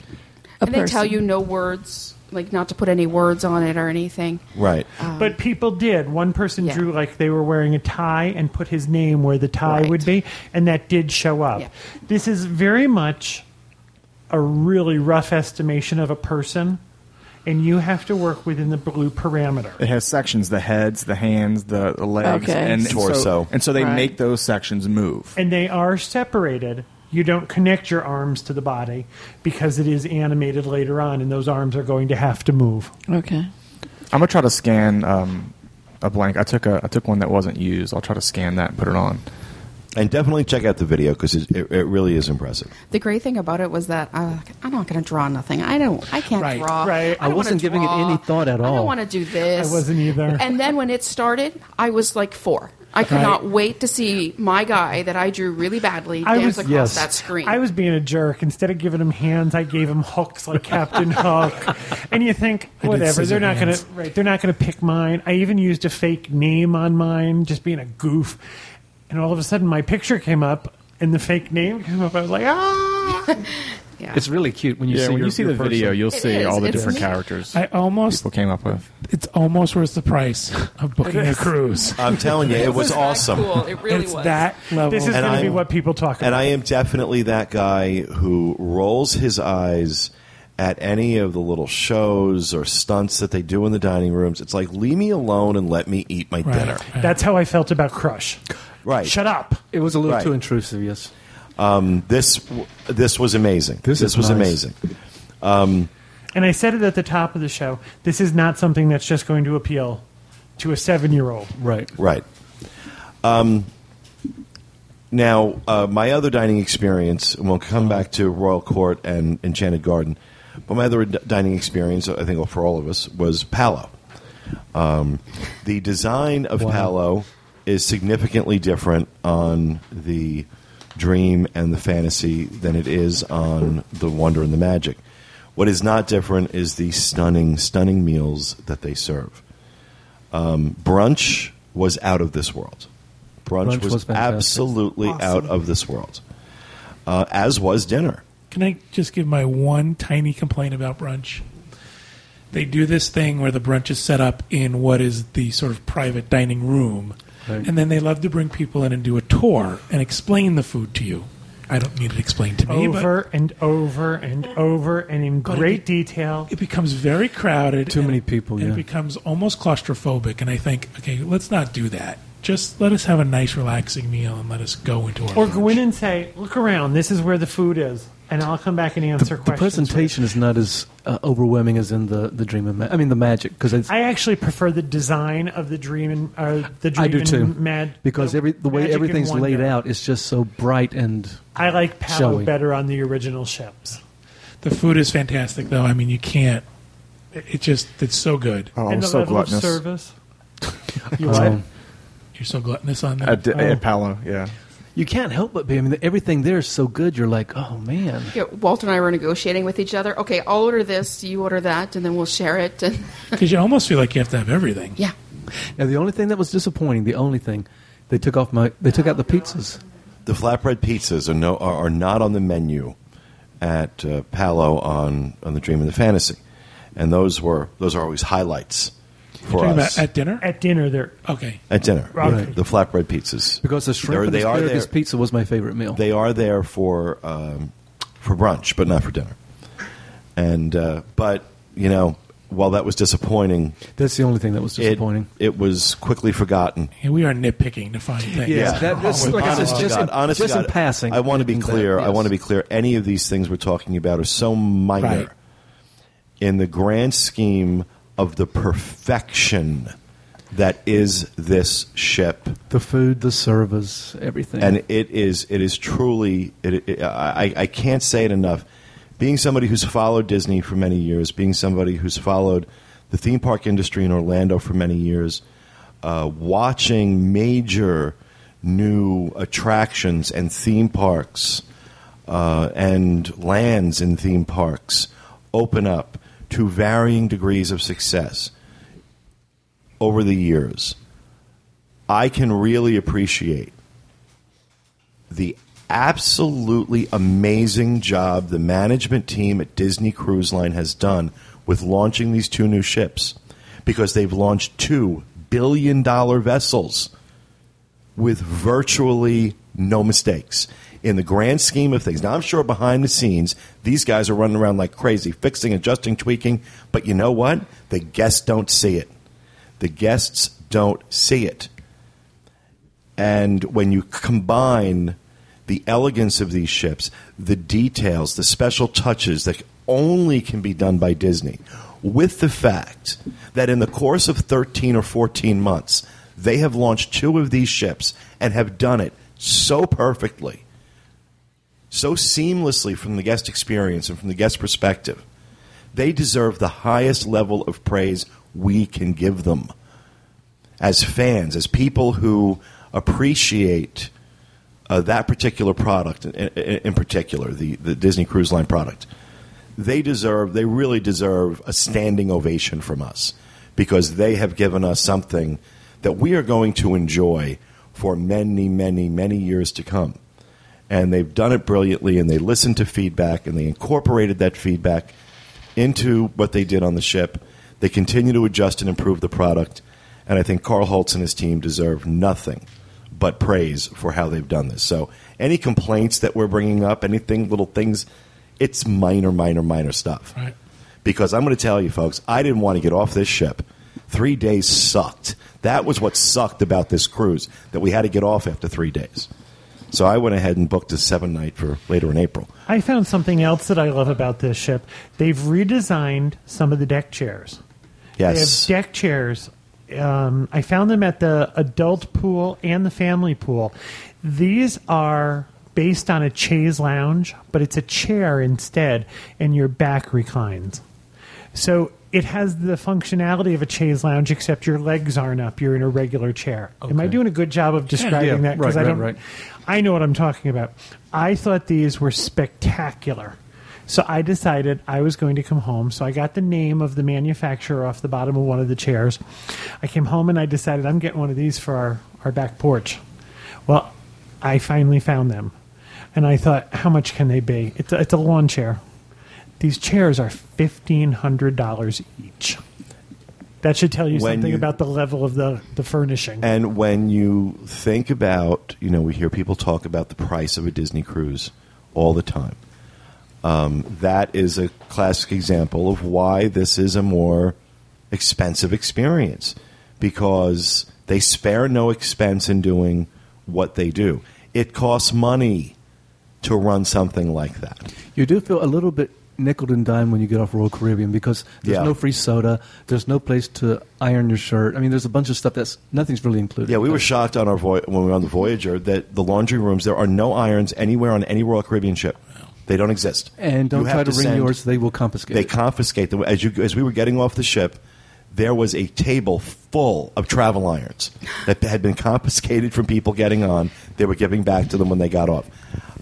[SPEAKER 3] A
[SPEAKER 8] and they tell
[SPEAKER 3] person.
[SPEAKER 8] you no words, like not to put any words on it or anything.
[SPEAKER 1] right?
[SPEAKER 6] but people did. One person
[SPEAKER 8] Um, yeah.
[SPEAKER 6] drew like they were wearing a tie and put his name where the tie
[SPEAKER 8] Right.
[SPEAKER 6] would be, and that did show up.
[SPEAKER 8] Yeah.
[SPEAKER 6] This is very much a really rough estimation of a person, and you have to work within the blue parameter.
[SPEAKER 4] It has sections: the heads, the hands, the, the legs,
[SPEAKER 3] Okay.
[SPEAKER 4] and and
[SPEAKER 1] Torso.
[SPEAKER 4] So, and so they
[SPEAKER 3] Right.
[SPEAKER 4] make those sections move.
[SPEAKER 6] and they are separated. You don't connect your arms to the body because it is animated later on, and those arms are going to have to move.
[SPEAKER 3] Okay.
[SPEAKER 4] I'm gonna try to scan um, a blank. I took a I took one that wasn't used. I'll try to scan that and put it on.
[SPEAKER 1] And definitely check out the video because it, it, it really is impressive.
[SPEAKER 8] The great thing about it was that I, was like, I'm not going to draw nothing. I don't. I can't
[SPEAKER 2] Right,
[SPEAKER 8] draw.
[SPEAKER 6] right.
[SPEAKER 8] I, don't
[SPEAKER 5] I wasn't
[SPEAKER 8] wanna
[SPEAKER 5] giving it
[SPEAKER 8] draw.
[SPEAKER 5] any thought at
[SPEAKER 8] I
[SPEAKER 5] all.
[SPEAKER 8] don't want to do this.
[SPEAKER 6] I wasn't either.
[SPEAKER 8] And then when it started, I was like four. I could
[SPEAKER 2] Right.
[SPEAKER 8] not wait to see my guy that I drew really badly
[SPEAKER 6] I
[SPEAKER 8] dance
[SPEAKER 6] was-
[SPEAKER 8] across
[SPEAKER 5] yes.
[SPEAKER 8] that screen.
[SPEAKER 6] I was being a jerk. Instead of giving him hands, I gave him hooks like Captain Hook. And you think,
[SPEAKER 2] did
[SPEAKER 6] whatever,
[SPEAKER 2] scissor
[SPEAKER 6] they're not going
[SPEAKER 2] hands.
[SPEAKER 6] to right, they're not going to pick mine. I even used a fake name on mine, just being a goof. And all of a sudden, my picture came up, and the fake name came up. I was like, ah!
[SPEAKER 8] yeah.
[SPEAKER 5] It's really cute when you
[SPEAKER 4] yeah,
[SPEAKER 5] see
[SPEAKER 4] when
[SPEAKER 5] your,
[SPEAKER 4] you see
[SPEAKER 5] your
[SPEAKER 4] the
[SPEAKER 5] person.
[SPEAKER 4] video, you'll
[SPEAKER 8] It
[SPEAKER 4] see
[SPEAKER 8] is.
[SPEAKER 4] all the
[SPEAKER 8] It's
[SPEAKER 4] different
[SPEAKER 8] neat.
[SPEAKER 4] characters
[SPEAKER 2] I almost
[SPEAKER 4] people came up with.
[SPEAKER 2] it's almost worth the price of booking a cruise.
[SPEAKER 1] I'm telling you, it was
[SPEAKER 8] That
[SPEAKER 1] awesome.
[SPEAKER 8] Cool. It really
[SPEAKER 2] it's
[SPEAKER 8] was.
[SPEAKER 2] that level.
[SPEAKER 6] This is
[SPEAKER 1] And
[SPEAKER 6] going to be
[SPEAKER 1] I'm-
[SPEAKER 6] what people talk
[SPEAKER 1] And
[SPEAKER 6] about.
[SPEAKER 1] I am definitely that guy who rolls his eyes at any of the little shows or stunts that they do in the dining rooms. It's like, leave me alone and let me eat my
[SPEAKER 2] Right.
[SPEAKER 1] dinner.
[SPEAKER 6] That's how I felt about Crush.
[SPEAKER 1] Right.
[SPEAKER 6] Shut up.
[SPEAKER 5] It was a little
[SPEAKER 1] Right.
[SPEAKER 5] too intrusive, yes.
[SPEAKER 1] This w- this was amazing.
[SPEAKER 5] This is
[SPEAKER 1] was
[SPEAKER 5] nice.
[SPEAKER 1] amazing.
[SPEAKER 6] And I said it at the top of the show. This is not something that's just going to appeal to a seven-year-old.
[SPEAKER 5] Right.
[SPEAKER 1] Right. Um, now, uh, my other dining experience, and we'll come back to Royal Court and Enchanted Garden, but my other d- dining experience, I think for all of us, was Palo. Um, the design of Palo is significantly different on the dream and the fantasy than it is on the wonder and the magic. What is not different is the stunning, stunning meals that they serve Um, brunch was out of this world. Brunch,
[SPEAKER 5] Brunch
[SPEAKER 1] was,
[SPEAKER 5] was fantastic.
[SPEAKER 1] absolutely out of this world, uh, as was dinner.
[SPEAKER 2] Can I just give my one tiny complaint about brunch? They do this thing where the brunch is set up in what is the sort of private dining room,
[SPEAKER 5] Right.
[SPEAKER 2] and then they love to bring people in and do a tour and explain the food to you. I don't need it explained to me, but
[SPEAKER 6] over and over and over and in
[SPEAKER 2] But
[SPEAKER 6] great
[SPEAKER 2] it-
[SPEAKER 6] detail.
[SPEAKER 2] it becomes very crowded.
[SPEAKER 5] Too
[SPEAKER 2] and-
[SPEAKER 5] many people,
[SPEAKER 2] and
[SPEAKER 5] yeah.
[SPEAKER 2] It becomes almost claustrophobic, and I think, okay, let's not do that. Just let us have a nice, relaxing meal and let us go into our
[SPEAKER 6] Or
[SPEAKER 2] brunch.
[SPEAKER 6] go in and say, "Look around. This is where the food is," and I'll come back and answer
[SPEAKER 5] The
[SPEAKER 6] questions.
[SPEAKER 5] presentation is not as uh, overwhelming as in the, the dream of ma- I mean the magic because it's
[SPEAKER 6] I actually prefer the design of the dream and uh, the dream
[SPEAKER 5] I do
[SPEAKER 6] and
[SPEAKER 5] too
[SPEAKER 6] mad
[SPEAKER 5] because every the way
[SPEAKER 6] magic and
[SPEAKER 5] everything's laid
[SPEAKER 6] wonder.
[SPEAKER 5] out is just so bright and
[SPEAKER 6] I like
[SPEAKER 5] Shall
[SPEAKER 6] Palo
[SPEAKER 5] we?
[SPEAKER 6] better on the original ships.
[SPEAKER 2] The food is fantastic, though. I mean, you can't. It it just, it's so good.
[SPEAKER 4] Oh,
[SPEAKER 6] and
[SPEAKER 4] I'm
[SPEAKER 6] the
[SPEAKER 4] so
[SPEAKER 6] level
[SPEAKER 4] gluttonous.
[SPEAKER 6] of service. You
[SPEAKER 5] um,
[SPEAKER 2] You're so gluttonous on that. Oh.
[SPEAKER 4] At, di- at Palo, yeah.
[SPEAKER 5] you can't help but be. I mean everything there is so good. You're like oh man.
[SPEAKER 8] Yeah, Walter and I were negotiating with each other. Okay, I'll order this, you order that, and then we'll share it. And
[SPEAKER 2] Because you almost feel like you have to have everything.
[SPEAKER 8] yeah,
[SPEAKER 5] Now the only thing that was disappointing, the only thing, they took off my they took out the pizzas.
[SPEAKER 1] The flatbread pizzas are no are, are not on the menu at uh, Palo on on the Dream and the Fantasy, and those were those are always highlights for
[SPEAKER 2] Talking
[SPEAKER 1] us
[SPEAKER 2] about at dinner?
[SPEAKER 6] At dinner, there.
[SPEAKER 2] okay.
[SPEAKER 1] at dinner.
[SPEAKER 6] Right.
[SPEAKER 1] yeah, the flatbread pizzas
[SPEAKER 5] Because the shrimp
[SPEAKER 1] They're-
[SPEAKER 5] and
[SPEAKER 1] they are
[SPEAKER 5] asparagus
[SPEAKER 1] there.
[SPEAKER 5] pizza was my favorite meal.
[SPEAKER 1] They are there for um, for brunch, but not for dinner. And uh, but you know, while that was disappointing,
[SPEAKER 5] That's the only thing that was
[SPEAKER 1] it,
[SPEAKER 5] disappointing.
[SPEAKER 1] it was quickly forgotten.
[SPEAKER 2] Yeah, we are nitpicking to find things.
[SPEAKER 5] Yeah. That- that's-
[SPEAKER 2] Wrong with
[SPEAKER 5] like I said,
[SPEAKER 2] Palo.
[SPEAKER 5] it's just-
[SPEAKER 1] Oh, God,
[SPEAKER 5] in-
[SPEAKER 1] honest
[SPEAKER 5] just in
[SPEAKER 1] God,
[SPEAKER 5] passing,
[SPEAKER 1] I want to be
[SPEAKER 5] mention that,
[SPEAKER 1] clear. I
[SPEAKER 5] yes.
[SPEAKER 1] want to be clear. Any of these things we're talking about are so minor
[SPEAKER 2] Right.
[SPEAKER 1] in the grand scheme of the perfection that is this ship,
[SPEAKER 5] the food, the service, everything.
[SPEAKER 1] and it is it is truly. It, it, I, I can't say it enough. Being somebody who's followed Disney for many years, being somebody who's followed the theme park industry in Orlando for many years, uh, watching major new attractions and theme parks uh, and lands in theme parks open up to varying degrees of success over the years, I can really appreciate the absolutely amazing job the management team at Disney Cruise Line has done with launching these two new ships because they've launched two billion dollar vessels with virtually no mistakes in the grand scheme of things. Now, I'm sure behind the scenes, these guys are running around like crazy, fixing, adjusting, tweaking, but you know what? The guests don't see it. The guests don't see it. And when you combine the elegance of these ships, the details, the special touches that only can be done by Disney with the fact that in the course of 13 or 14 months, they have launched two of these ships and have done it so perfectly, so seamlessly from the guest experience and from the guest perspective. They deserve the highest level of praise we can give them as fans, as people who appreciate uh, that particular product, in, in, in particular, the, the Disney Cruise Line product, they deserve, they really deserve a standing ovation from us because they have given us something that we are going to enjoy for many, many, many years to come. And they've done it brilliantly, and they listened to feedback, and they incorporated that feedback into what they did on the ship. They continue to adjust and improve the product, and I think Carl Holtz and his team deserve nothing but praise for how they've done this. So, any complaints that we're bringing up, anything, little things, it's minor, minor, minor stuff.
[SPEAKER 2] Right.
[SPEAKER 1] Because I'm going to tell you, folks, I didn't want to get off this ship. Three days sucked. That was what sucked about this cruise, that we had to get off after three days. So I went ahead and booked a seven night for later in April.
[SPEAKER 6] I found something else that I love about this ship. They've redesigned some of the deck chairs.
[SPEAKER 1] Yes.
[SPEAKER 6] They have deck chairs. Um, I found them at the adult pool and the family pool. These are based on a chaise lounge, but it's a chair instead, and your back reclines. So it has the functionality of a chaise lounge, except your legs aren't up. You're in a regular chair. Am I doing a good job of describing
[SPEAKER 5] Yeah,
[SPEAKER 6] that? 'Cause
[SPEAKER 5] right,
[SPEAKER 6] I
[SPEAKER 5] right,
[SPEAKER 6] don't.
[SPEAKER 5] right.
[SPEAKER 6] I know what I'm talking about. I thought these were spectacular. So I decided I was going to come home. So I got the name of the manufacturer off the bottom of one of the chairs. I came home and I decided I'm getting one of these for our, our back porch. Well, I finally found them. And I thought, how much can they be? It's a, it's a lawn chair. These chairs are $1,500 each. That should tell you
[SPEAKER 1] When
[SPEAKER 6] something
[SPEAKER 1] you-
[SPEAKER 6] about the level of the, the furnishing.
[SPEAKER 1] And when you think about, you know, we hear people talk about the price of a Disney cruise all the time. Um, that is a classic example of why this is a more expensive experience because they spare no expense in doing what they do. It costs money to run something like that.
[SPEAKER 5] You do feel a little bit nickled and dime when you get off Royal Caribbean because there's
[SPEAKER 1] Yeah.
[SPEAKER 5] no free soda, there's no place to iron your shirt. I mean, there's a bunch of stuff that's nothing's really included.
[SPEAKER 1] Yeah, we were
[SPEAKER 5] But
[SPEAKER 1] shocked on our voy- when we were on the Voyager that the laundry rooms there are no irons anywhere on any Royal Caribbean ship. They don't exist.
[SPEAKER 5] And don't
[SPEAKER 1] You
[SPEAKER 5] try
[SPEAKER 1] have
[SPEAKER 5] to, ring
[SPEAKER 1] send-
[SPEAKER 5] yours; they will confiscate.
[SPEAKER 1] They
[SPEAKER 5] it.
[SPEAKER 1] confiscate them as you as we were getting off the ship. There was a table full of travel irons that had been confiscated from people getting on. They were giving back to them when they got off.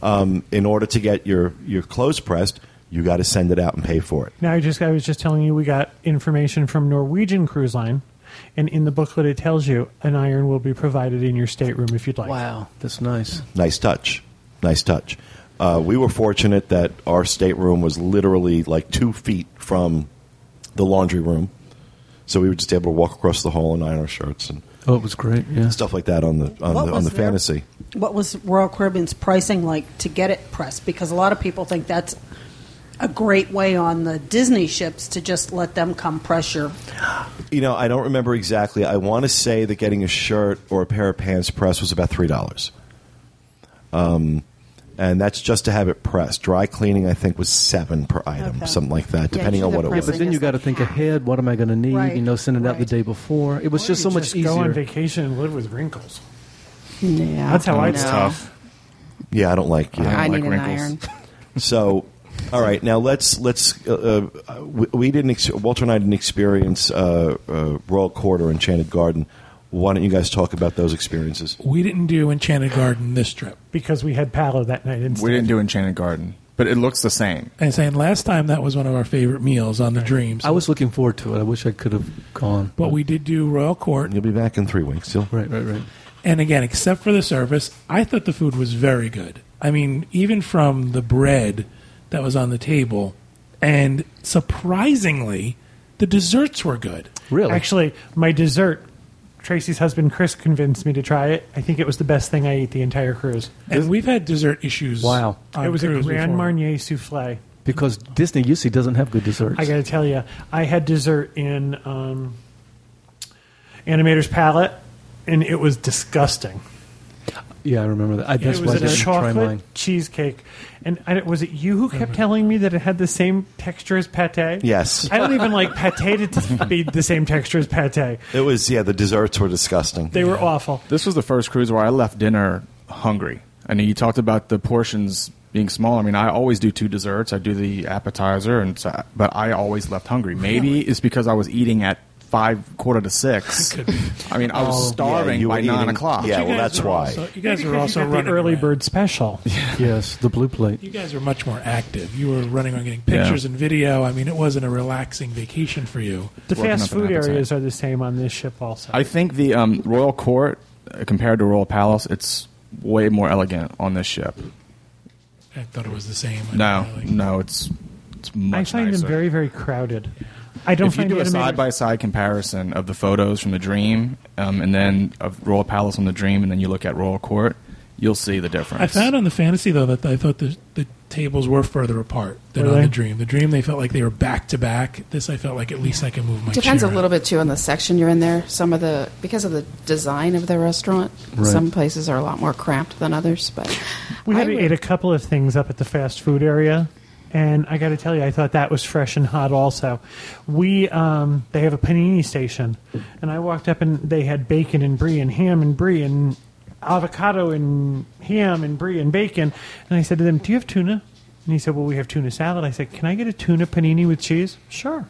[SPEAKER 1] Um, in order to get your your clothes pressed, you got to send it out and pay for it.
[SPEAKER 6] Now, I just I was just telling you we got information from Norwegian Cruise Line, and in the booklet it tells you an iron will be provided in your stateroom if you'd like.
[SPEAKER 5] wow, that's nice.
[SPEAKER 1] Nice touch. Nice touch. Uh, we were fortunate that our stateroom was literally like two feet from the laundry room. So we were just able to walk across the hall and iron our shirts and
[SPEAKER 5] Oh, it was great. Yeah,
[SPEAKER 1] stuff like that on the on
[SPEAKER 7] What
[SPEAKER 1] the, on
[SPEAKER 7] was
[SPEAKER 1] the
[SPEAKER 7] their-
[SPEAKER 1] fantasy.
[SPEAKER 7] What was Royal Caribbean's pricing like to get it pressed? Because a lot of people think that's a great way on the Disney ships to just let them come press your
[SPEAKER 1] You know, I don't remember exactly. I want to say that getting a shirt or a pair of pants pressed was about three dollars, um, and that's just to have it pressed. Dry cleaning, I think, was seven per item,
[SPEAKER 7] Okay.
[SPEAKER 1] something like that,
[SPEAKER 7] Yeah,
[SPEAKER 1] depending on
[SPEAKER 7] usually
[SPEAKER 1] what
[SPEAKER 7] the
[SPEAKER 1] it
[SPEAKER 7] price
[SPEAKER 1] was.
[SPEAKER 7] of
[SPEAKER 5] but then you got to think ahead. What am I going to need?
[SPEAKER 7] Right,
[SPEAKER 5] You know, send it out the
[SPEAKER 7] right.
[SPEAKER 5] day before. It was
[SPEAKER 6] Or
[SPEAKER 5] just so
[SPEAKER 6] you
[SPEAKER 5] much easier.
[SPEAKER 6] Go on vacation and live with wrinkles.
[SPEAKER 8] Yeah,
[SPEAKER 6] That's how I
[SPEAKER 8] know.
[SPEAKER 6] do it.
[SPEAKER 4] tough.
[SPEAKER 1] Yeah, I don't like. Yeah.
[SPEAKER 4] I
[SPEAKER 8] I
[SPEAKER 4] don't
[SPEAKER 8] need
[SPEAKER 4] like
[SPEAKER 8] an
[SPEAKER 4] wrinkles.
[SPEAKER 8] iron.
[SPEAKER 1] So, all right, now let's let's. Uh, uh, we, we didn't. Ex- Walter and I didn't experience uh, uh, Royal Court or Enchanted Garden. Why don't you guys talk about those experiences?
[SPEAKER 2] We didn't do Enchanted Garden this trip.
[SPEAKER 6] Because we had Palo that night instead.
[SPEAKER 4] We didn't do Enchanted Garden, but it looks the same.
[SPEAKER 2] And saying last time that was one of our favorite meals on the Dreams.
[SPEAKER 5] I was looking forward to it. I wish I could have gone.
[SPEAKER 2] but we did do Royal Court,
[SPEAKER 1] You'll be back in three weeks. You'll-
[SPEAKER 5] right, right, right.
[SPEAKER 2] and again, except for the service, I thought the food was very good. I mean, even from the bread that was on the table, and surprisingly, the desserts were good.
[SPEAKER 5] Really,
[SPEAKER 6] Actually, my dessert. Tracy's husband Chris convinced me to try it. I think it was the best thing I ate the entire cruise.
[SPEAKER 2] And we've had dessert issues.
[SPEAKER 5] Wow.
[SPEAKER 2] on
[SPEAKER 6] it was a
[SPEAKER 2] cruise
[SPEAKER 6] Grand
[SPEAKER 2] before.
[SPEAKER 6] Marnier souffle.
[SPEAKER 5] because Disney UC doesn't have good desserts.
[SPEAKER 6] I got to tell you, I had dessert in um, Animator's Palette, and it was disgusting.
[SPEAKER 5] Yeah, I remember that. I, that's
[SPEAKER 6] it
[SPEAKER 5] why I
[SPEAKER 6] was a
[SPEAKER 5] didn't try
[SPEAKER 6] chocolate
[SPEAKER 5] mine.
[SPEAKER 6] cheesecake, and I, was it you who
[SPEAKER 4] Mm-hmm.
[SPEAKER 6] kept telling me that it had the same texture as pate?
[SPEAKER 1] Yes.
[SPEAKER 6] I don't even like pate to be the same texture as pate.
[SPEAKER 1] It was yeah. The desserts were disgusting.
[SPEAKER 6] They were awful.
[SPEAKER 4] This was the first cruise where I left dinner hungry. I mean, you talked about the portions being small. I mean, I always do two desserts. I do the appetizer, and so, but I always left hungry. Maybe it's because I was eating at five quarter to six. I Oh. mean, I was starving
[SPEAKER 1] Yeah, you
[SPEAKER 4] by
[SPEAKER 1] were eating-
[SPEAKER 4] nine o'clock.
[SPEAKER 1] Yeah,
[SPEAKER 2] You
[SPEAKER 1] well,
[SPEAKER 2] guys
[SPEAKER 1] that's
[SPEAKER 2] are
[SPEAKER 1] why.
[SPEAKER 2] also- you guys
[SPEAKER 6] Maybe
[SPEAKER 2] are
[SPEAKER 6] because
[SPEAKER 2] also
[SPEAKER 6] you got
[SPEAKER 2] running
[SPEAKER 6] the early
[SPEAKER 2] around.
[SPEAKER 6] bird special.
[SPEAKER 5] Yes, the blue plate.
[SPEAKER 2] You guys are much more active. You were running around getting pictures
[SPEAKER 4] Yeah.
[SPEAKER 2] and video. I mean, it wasn't a relaxing vacation for you.
[SPEAKER 6] The
[SPEAKER 4] Working
[SPEAKER 6] fast
[SPEAKER 4] up an
[SPEAKER 6] food
[SPEAKER 4] appetite.
[SPEAKER 6] areas are the same on this ship also.
[SPEAKER 4] I think the um, Royal Court uh, compared to Royal Palace, it's way more elegant on this ship.
[SPEAKER 2] I thought it was the same. I
[SPEAKER 4] No,
[SPEAKER 2] don't really-
[SPEAKER 4] no, it's it's much
[SPEAKER 6] I find
[SPEAKER 4] nicer.
[SPEAKER 6] them very, very crowded. I don't
[SPEAKER 4] if you
[SPEAKER 6] find
[SPEAKER 4] do a
[SPEAKER 6] animators-
[SPEAKER 4] side by side comparison of the photos from the Dream, um, and then of Royal Palace on the Dream, and then you look at Royal Court, you'll see the difference.
[SPEAKER 2] I found on the fantasy though that I thought the the tables were further apart than
[SPEAKER 6] Were
[SPEAKER 2] on
[SPEAKER 6] they?
[SPEAKER 2] the dream. The dream they felt like they were back to back. This I felt like at least I can move my
[SPEAKER 8] Depends a
[SPEAKER 2] chair.
[SPEAKER 8] little bit too on the section you're in there. Some of the because of the design of the restaurant,
[SPEAKER 5] Right.
[SPEAKER 8] some places are a lot more cramped than others. But
[SPEAKER 6] We
[SPEAKER 8] I
[SPEAKER 6] had
[SPEAKER 8] would-
[SPEAKER 6] ate a couple of things up at the fast food area, and I got to tell you, I thought that was fresh and hot. Also, we um, they have a panini station, and I walked up and they had bacon and brie and ham and brie and avocado and ham and brie and bacon, and I said to them, "Do you have tuna?" And he said, "Well, we have tuna salad." I said, "Can I get a tuna panini with cheese?" Sure.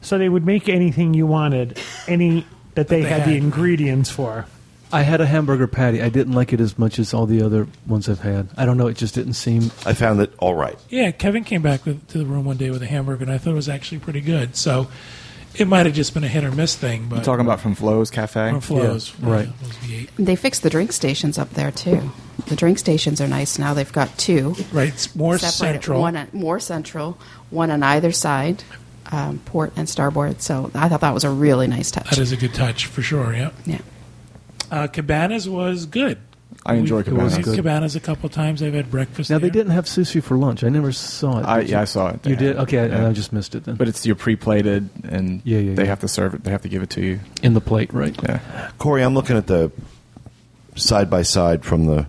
[SPEAKER 6] So they would make anything you wanted, any that they,
[SPEAKER 2] they
[SPEAKER 6] had, the
[SPEAKER 2] had.
[SPEAKER 6] ingredients for.
[SPEAKER 5] I had a hamburger patty. I didn't like it as much as all the other ones I've had. I don't know. It just didn't seem.
[SPEAKER 1] I found it all right.
[SPEAKER 2] Yeah, Kevin came back with, to the room one day with a hamburger, and I thought it was actually pretty good. So it might have just been a hit or miss thing, but
[SPEAKER 4] You're talking about from Flo's Cafe.
[SPEAKER 2] on flows,
[SPEAKER 5] Yeah, right.
[SPEAKER 2] yeah, was V8.
[SPEAKER 8] they fixed the drink stations up there too. The drink stations are nice now. They've got two.
[SPEAKER 2] Right, it's more
[SPEAKER 8] separated,
[SPEAKER 2] central.
[SPEAKER 8] One on, more central, one on either side, um, port and starboard. So I thought that was a really nice touch.
[SPEAKER 2] that is a good touch for sure. Yeah,
[SPEAKER 8] yeah.
[SPEAKER 2] uh, Cabanas was good.
[SPEAKER 4] I enjoy
[SPEAKER 2] We've-
[SPEAKER 4] Cabanas.
[SPEAKER 2] I've had
[SPEAKER 5] Good.
[SPEAKER 2] Cabanas a couple times. I've had breakfast.
[SPEAKER 5] Now they
[SPEAKER 2] there.
[SPEAKER 5] didn't have sushi for lunch. I never saw it.
[SPEAKER 4] I,
[SPEAKER 5] did
[SPEAKER 4] yeah,
[SPEAKER 5] you?
[SPEAKER 4] I saw it.
[SPEAKER 5] You
[SPEAKER 4] They
[SPEAKER 5] did?
[SPEAKER 4] had it.
[SPEAKER 5] Okay, I-
[SPEAKER 4] Yeah.
[SPEAKER 5] I just missed it then.
[SPEAKER 4] But it's you're pre-plated, and
[SPEAKER 5] Yeah, yeah,
[SPEAKER 4] they
[SPEAKER 5] yeah.
[SPEAKER 4] have to serve it. They have to give it to you.
[SPEAKER 5] in the plate, right?
[SPEAKER 4] Yeah,
[SPEAKER 1] Corey, I'm looking at the side by side from the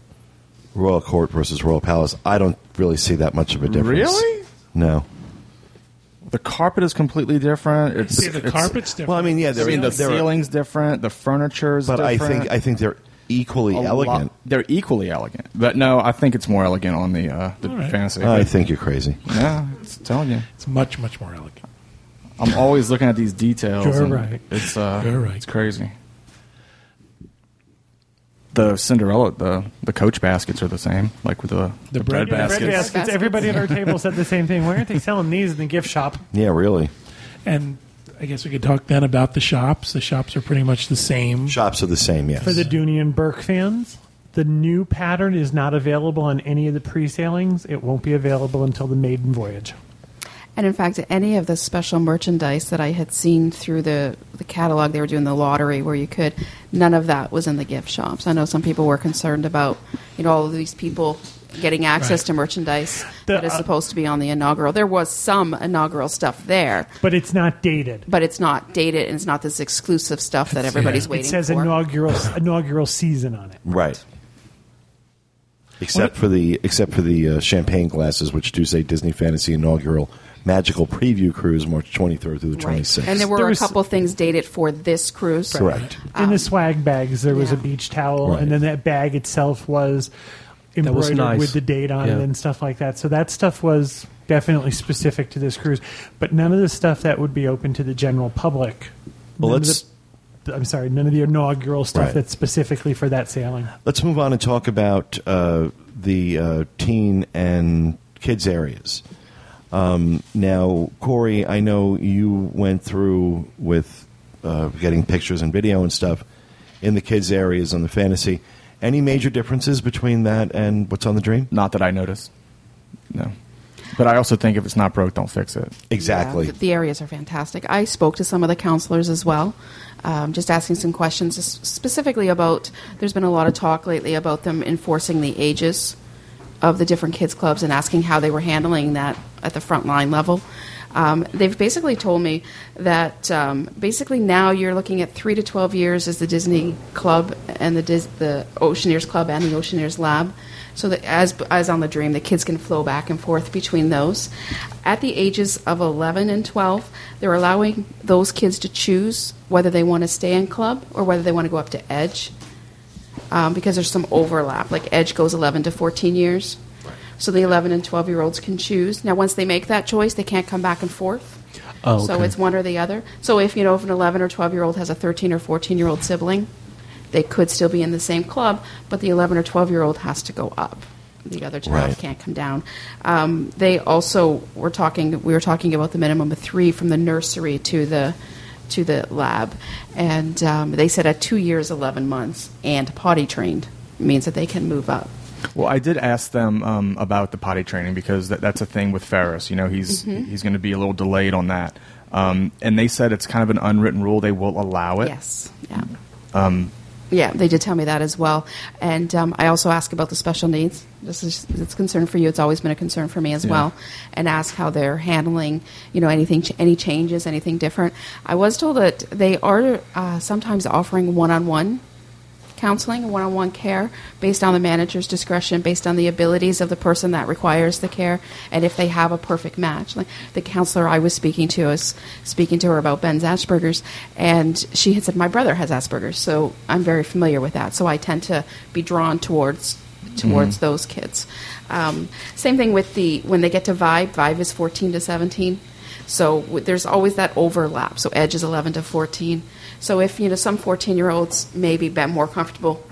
[SPEAKER 1] Royal Court versus Royal Palace. I don't really see that much of a difference.
[SPEAKER 4] Really?
[SPEAKER 1] No.
[SPEAKER 4] the carpet is completely different. It's
[SPEAKER 2] See, the
[SPEAKER 4] it's-
[SPEAKER 2] carpet's different.
[SPEAKER 1] Well, I mean, yeah,
[SPEAKER 4] I
[SPEAKER 1] they're
[SPEAKER 4] mean, the
[SPEAKER 1] they're-
[SPEAKER 4] ceiling's different. The furniture's
[SPEAKER 1] but I
[SPEAKER 4] different.
[SPEAKER 1] think I think they're equally
[SPEAKER 4] A lot-
[SPEAKER 1] elegant.
[SPEAKER 4] they're equally elegant, but no, I think it's more elegant on the uh, the
[SPEAKER 2] All right.
[SPEAKER 4] fantasy.
[SPEAKER 1] I think you're crazy.
[SPEAKER 4] yeah, it's telling you.
[SPEAKER 2] It's much much more elegant.
[SPEAKER 4] I'm always looking at these details.
[SPEAKER 6] You're
[SPEAKER 4] and
[SPEAKER 6] right.
[SPEAKER 4] It's uh,
[SPEAKER 2] You're right.
[SPEAKER 4] It's crazy. The Cinderella, the the coach baskets are the same, like with the
[SPEAKER 2] The bread
[SPEAKER 6] Yeah,
[SPEAKER 4] baskets.
[SPEAKER 6] bread baskets. Everybody at our table said the same thing. Why aren't they selling these in the gift shop?
[SPEAKER 1] Yeah, really.
[SPEAKER 2] And I guess we could talk then about the shops. The shops are pretty much the same.
[SPEAKER 1] Shops are the same. Yes.
[SPEAKER 6] For the Dooney and Burke fans, the new pattern is not available on any of the pre-sailings. It won't be available until the maiden voyage.
[SPEAKER 8] And in fact, any of the special merchandise that I had seen through the, the catalog, they were doing the lottery where you could, none of that was in the gift shops. I know some people were concerned about, you know, all of these people getting access
[SPEAKER 2] Right.
[SPEAKER 8] to merchandise
[SPEAKER 6] The,
[SPEAKER 8] that is
[SPEAKER 6] uh,
[SPEAKER 8] supposed to be on the inaugural. There was some inaugural stuff there,
[SPEAKER 6] But it's not dated.
[SPEAKER 8] but it's not dated and it's not this exclusive stuff that everybody's waiting
[SPEAKER 6] It says
[SPEAKER 8] for.
[SPEAKER 6] inaugural inaugural season on it.
[SPEAKER 1] right. Except for the except for the uh, champagne glasses, which do say Disney Fantasy Inaugural Magical Preview Cruise, March 23rd through the
[SPEAKER 8] Right.
[SPEAKER 1] 26th.
[SPEAKER 8] And there were
[SPEAKER 6] There
[SPEAKER 8] a
[SPEAKER 6] was-
[SPEAKER 8] couple things dated for this cruise.
[SPEAKER 1] Correct.
[SPEAKER 6] In the swag bags, there was a
[SPEAKER 8] Um, yeah.
[SPEAKER 6] beach towel,
[SPEAKER 1] Right.
[SPEAKER 6] and then that bag itself was embroidered
[SPEAKER 5] was nice.
[SPEAKER 6] with the date on
[SPEAKER 5] Yeah.
[SPEAKER 6] it and stuff like that. So that stuff was definitely specific to this cruise, but none of the stuff that would be open to the general public.
[SPEAKER 1] Well,
[SPEAKER 6] none of
[SPEAKER 1] let's-
[SPEAKER 6] the- I'm sorry, none of the inaugural stuff
[SPEAKER 1] Right.
[SPEAKER 6] that's specifically for that sailing.
[SPEAKER 1] Let's move on and talk about uh, the uh, teen and kids areas. Um, now, Corey, I know you went through with uh, getting pictures and video and stuff in the kids areas on the fantasy. Any major differences between that and what's on the dream?
[SPEAKER 4] Not that I noticed. No, but I also think if it's not broke, don't fix it.
[SPEAKER 1] Exactly.
[SPEAKER 8] Yeah, the areas are fantastic. I spoke to some of the counselors as well, um, just asking some questions s- specifically about. There's been a lot of talk lately about them enforcing the ages of the different kids clubs and asking how they were handling that at the front line level. Um, they've basically told me that um, basically now you're looking at three to twelve years as the Disney Club and the Dis- the Oceaneers Club and the Oceaneers Lab, so that as as on the Dream, the kids can flow back and forth between those. At the ages of eleven and twelve, they're allowing those kids to choose whether they want to stay in club or whether they want to go up to Edge um, because there's some overlap. Like Edge goes 11 to 14 years. So the 11 and 12 year olds can choose. Now, once they make that choice, they can't come back and forth.
[SPEAKER 5] Oh,
[SPEAKER 8] So
[SPEAKER 5] okay.
[SPEAKER 8] it's one or the other. So if you know if an 11 or 12 year old has a 13 or 14 year old sibling, they could still be in the same club, but the 11 or 12 year old has to go up. The other child
[SPEAKER 1] Right.
[SPEAKER 8] can't come down. Um, they also were talking. We were talking about the minimum of three from the nursery to the to the lab, and um, they said at two years, 11 months, and potty trained means that they can move up.
[SPEAKER 4] Well, I did ask them um, about the potty training because that, that's a thing with Ferris. You know, he's he's going to be a little delayed on that. Um, and they said it's kind of an unwritten rule; they will allow it. Um,
[SPEAKER 8] Yes. Yeah. yeah, they did tell me that as well. And um, I also asked about the special needs. This is it's a concern for you. It's always been a concern for me as
[SPEAKER 4] Yeah.
[SPEAKER 8] well. And ask how they're handling, you know, anything, any changes, anything different. I was told that they are uh, sometimes offering one-on-one counseling and one-on-one care based on the manager's discretion based on the abilities of the person that requires the care and if they have a perfect match like the counselor i was speaking to was speaking to her about ben's asperger's and she had said my brother has asperger's so i'm very familiar with that so i tend to be drawn towards towards those kids um, same thing with the when they get to vibe vibe is 14 to 17 so w- there's always that overlap. So edge is 11 to 14. So if you know some 14 year olds maybe be more comfortable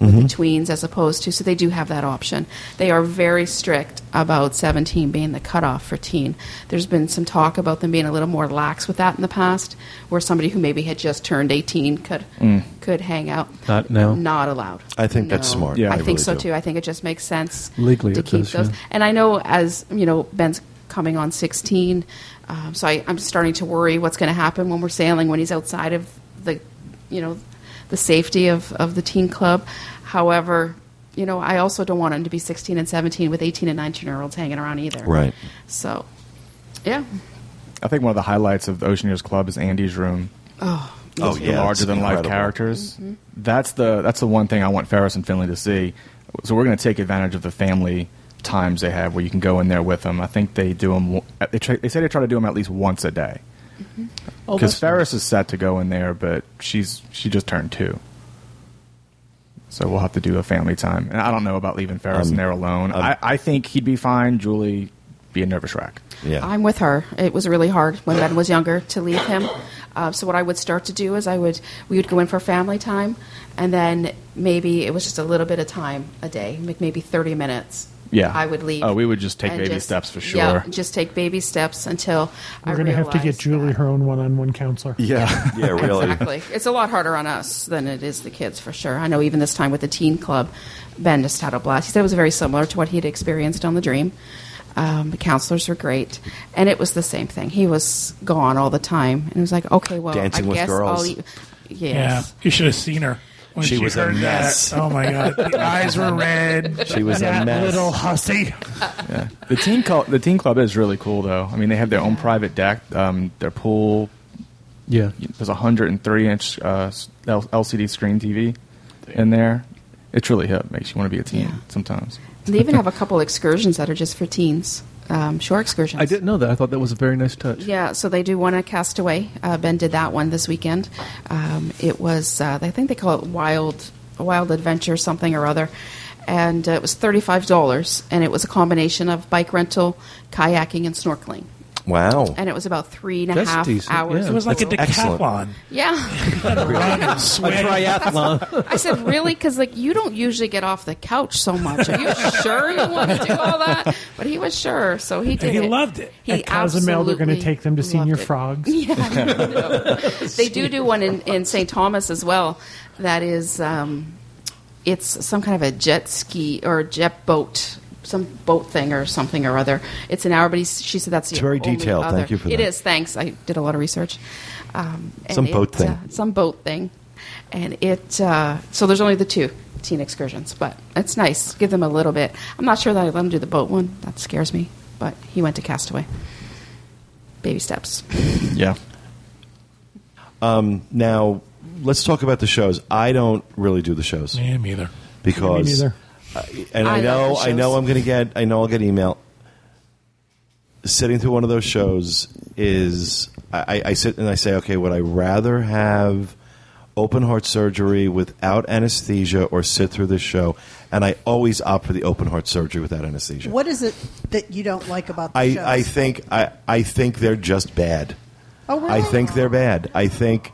[SPEAKER 1] Mm-hmm.
[SPEAKER 8] with the tweens as opposed to, so they do have that option. They are very strict about 17 being the cutoff for teen. There's been some talk about them being a little more lax with that in the past, where somebody who maybe had just turned 18 could could hang out.
[SPEAKER 5] Not now?
[SPEAKER 8] Not allowed.
[SPEAKER 1] Mm. I think that's
[SPEAKER 8] No.
[SPEAKER 1] smart.
[SPEAKER 4] Yeah.
[SPEAKER 8] I,
[SPEAKER 1] I
[SPEAKER 8] think
[SPEAKER 1] really
[SPEAKER 8] so
[SPEAKER 1] do.
[SPEAKER 8] too. I think it just makes sense
[SPEAKER 5] Legally
[SPEAKER 8] to
[SPEAKER 5] it
[SPEAKER 8] keep
[SPEAKER 5] does,
[SPEAKER 8] those.
[SPEAKER 5] yeah.
[SPEAKER 8] And I know as you know, Ben's coming on 16, um, so I, I'm starting to worry what's going to happen when we're sailing when he's outside of the, you know, the safety of of the teen club. However, you know, I also don't want him to be 16 and 17 with 18 and 19 year olds hanging around either.
[SPEAKER 1] Right.
[SPEAKER 8] So, yeah.
[SPEAKER 4] I think one of the highlights of the Oceaneers Club is Andy's room.
[SPEAKER 8] Oh.
[SPEAKER 1] Oh,
[SPEAKER 4] the
[SPEAKER 1] yeah, that's
[SPEAKER 4] larger than life
[SPEAKER 1] incredible.
[SPEAKER 4] characters. That's the that's the one thing I want Ferris and Finley to see. So we're going to take advantage of the family times they have where you can go in there with them. I think they do them. They, try, they say they try to do them at least once a day.
[SPEAKER 6] Oh,
[SPEAKER 4] Because
[SPEAKER 6] that's
[SPEAKER 4] Ferris is set to go in there, but she's she just turned two. So we'll have to do a family time. And I don't know about leaving Ferris in there alone. I, I think he'd be fine. Julie be a nervous wreck.
[SPEAKER 1] Yeah.
[SPEAKER 8] I'm with her. It was really hard when Ben was younger to leave him. Uh, so what I would start to do is I would we would go in for family time, and then maybe it was just a little bit of time a day, like maybe 30 minutes.
[SPEAKER 4] Yeah.
[SPEAKER 8] I would leave.
[SPEAKER 4] Oh, we would just take
[SPEAKER 8] and
[SPEAKER 4] baby steps for
[SPEAKER 8] Yeah,
[SPEAKER 4] sure.
[SPEAKER 8] just take baby steps until
[SPEAKER 6] We're
[SPEAKER 8] I
[SPEAKER 6] going to have to get
[SPEAKER 8] realized
[SPEAKER 6] Julie
[SPEAKER 8] that-
[SPEAKER 6] her own one-on-one counselor.
[SPEAKER 4] Yeah.
[SPEAKER 1] yeah, really.
[SPEAKER 8] Exactly. It's a lot harder on us than it is the kids for sure. I know even this time with the teen club, Ben just had a blast. He said it was very similar to what he had experienced on the dream. Um, the counselors were great, and it was the same thing. He was gone all the time, and it was like, okay, well,
[SPEAKER 1] Dancing
[SPEAKER 8] I
[SPEAKER 1] with
[SPEAKER 8] guess
[SPEAKER 1] Girls.
[SPEAKER 8] I'll. e-
[SPEAKER 2] Yeah,
[SPEAKER 8] Yes.
[SPEAKER 2] you should have seen her. When
[SPEAKER 1] She
[SPEAKER 2] she,
[SPEAKER 1] was a
[SPEAKER 2] heard
[SPEAKER 1] mess.
[SPEAKER 2] That. Oh my god, the eyes were red.
[SPEAKER 1] She was a
[SPEAKER 6] That
[SPEAKER 1] mess.
[SPEAKER 6] little hussy.
[SPEAKER 4] The teen club, the teen club is really cool though. I mean, they have their own private deck, um, their pool.
[SPEAKER 5] Yeah.
[SPEAKER 4] There's a 103 inch uh, s- L- LCD screen TV in there. It's really hip. Makes you want to be a teen
[SPEAKER 8] Yeah.
[SPEAKER 4] sometimes.
[SPEAKER 8] And they even have a couple excursions that are just for teens, um, shore excursions.
[SPEAKER 5] I didn't know that. I thought that was a very nice touch.
[SPEAKER 8] Yeah, so they do one at Castaway. Uh, ben did that one this weekend. Um, it was, uh, I think they call it Wild Wild Adventure something or other, and uh, it was thirty five dollars, and it was a combination of bike rental, kayaking, and snorkeling,
[SPEAKER 1] Wow.
[SPEAKER 8] and it was about three and a half
[SPEAKER 5] That's decent,
[SPEAKER 8] hours.
[SPEAKER 5] yeah.
[SPEAKER 2] It was like a
[SPEAKER 8] total.
[SPEAKER 1] excellent.
[SPEAKER 2] decathlon.
[SPEAKER 8] yeah.
[SPEAKER 2] Run and sweat.
[SPEAKER 8] I said, really? Because like you don't usually get off the couch so much. Are you sure you want to do all that? But he was sure, so he did.
[SPEAKER 2] he
[SPEAKER 8] it.
[SPEAKER 2] loved it.
[SPEAKER 8] He
[SPEAKER 6] At Cozumel, they're going to
[SPEAKER 8] absolutely
[SPEAKER 6] take them to
[SPEAKER 8] loved
[SPEAKER 6] Senior
[SPEAKER 8] it.
[SPEAKER 6] Frogs.
[SPEAKER 8] they do do one in, in St. Thomas as well. That is, um, it's some kind of a jet ski or a jet boat, some boat thing or something or other. It's an hour, but he's, she said that's the
[SPEAKER 1] It's very
[SPEAKER 8] only
[SPEAKER 1] detailed.
[SPEAKER 8] Other.
[SPEAKER 1] Thank you for
[SPEAKER 8] It
[SPEAKER 1] that.
[SPEAKER 8] is. Thanks. I did a lot of research. Um, and
[SPEAKER 1] Some boat
[SPEAKER 8] it,
[SPEAKER 1] thing.
[SPEAKER 8] uh, some boat thing, and it. Uh, so there's only the two teen excursions, but it's nice. Give them a little bit. I'm not sure that I let them do the boat one. That scares me. but he went to Castaway. Baby steps.
[SPEAKER 4] Yeah.
[SPEAKER 1] Um, Now, let's talk about the shows. I don't really do the shows
[SPEAKER 2] Me neither.
[SPEAKER 1] because
[SPEAKER 6] Me neither.
[SPEAKER 1] and I,
[SPEAKER 8] I
[SPEAKER 1] know
[SPEAKER 8] love those
[SPEAKER 1] I know
[SPEAKER 8] shows.
[SPEAKER 1] I'm gonna get I know I'll get email. Sitting through one of those shows is I, I- I sit and I say, okay, would I rather have open heart surgery without anesthesia or sit through this show? And I always opt for the open heart surgery without anesthesia.
[SPEAKER 7] What is it that you don't like about the
[SPEAKER 1] I,
[SPEAKER 7] shows?
[SPEAKER 1] I think I, I think they're just bad.
[SPEAKER 7] Oh, really?
[SPEAKER 1] I think they're bad. I think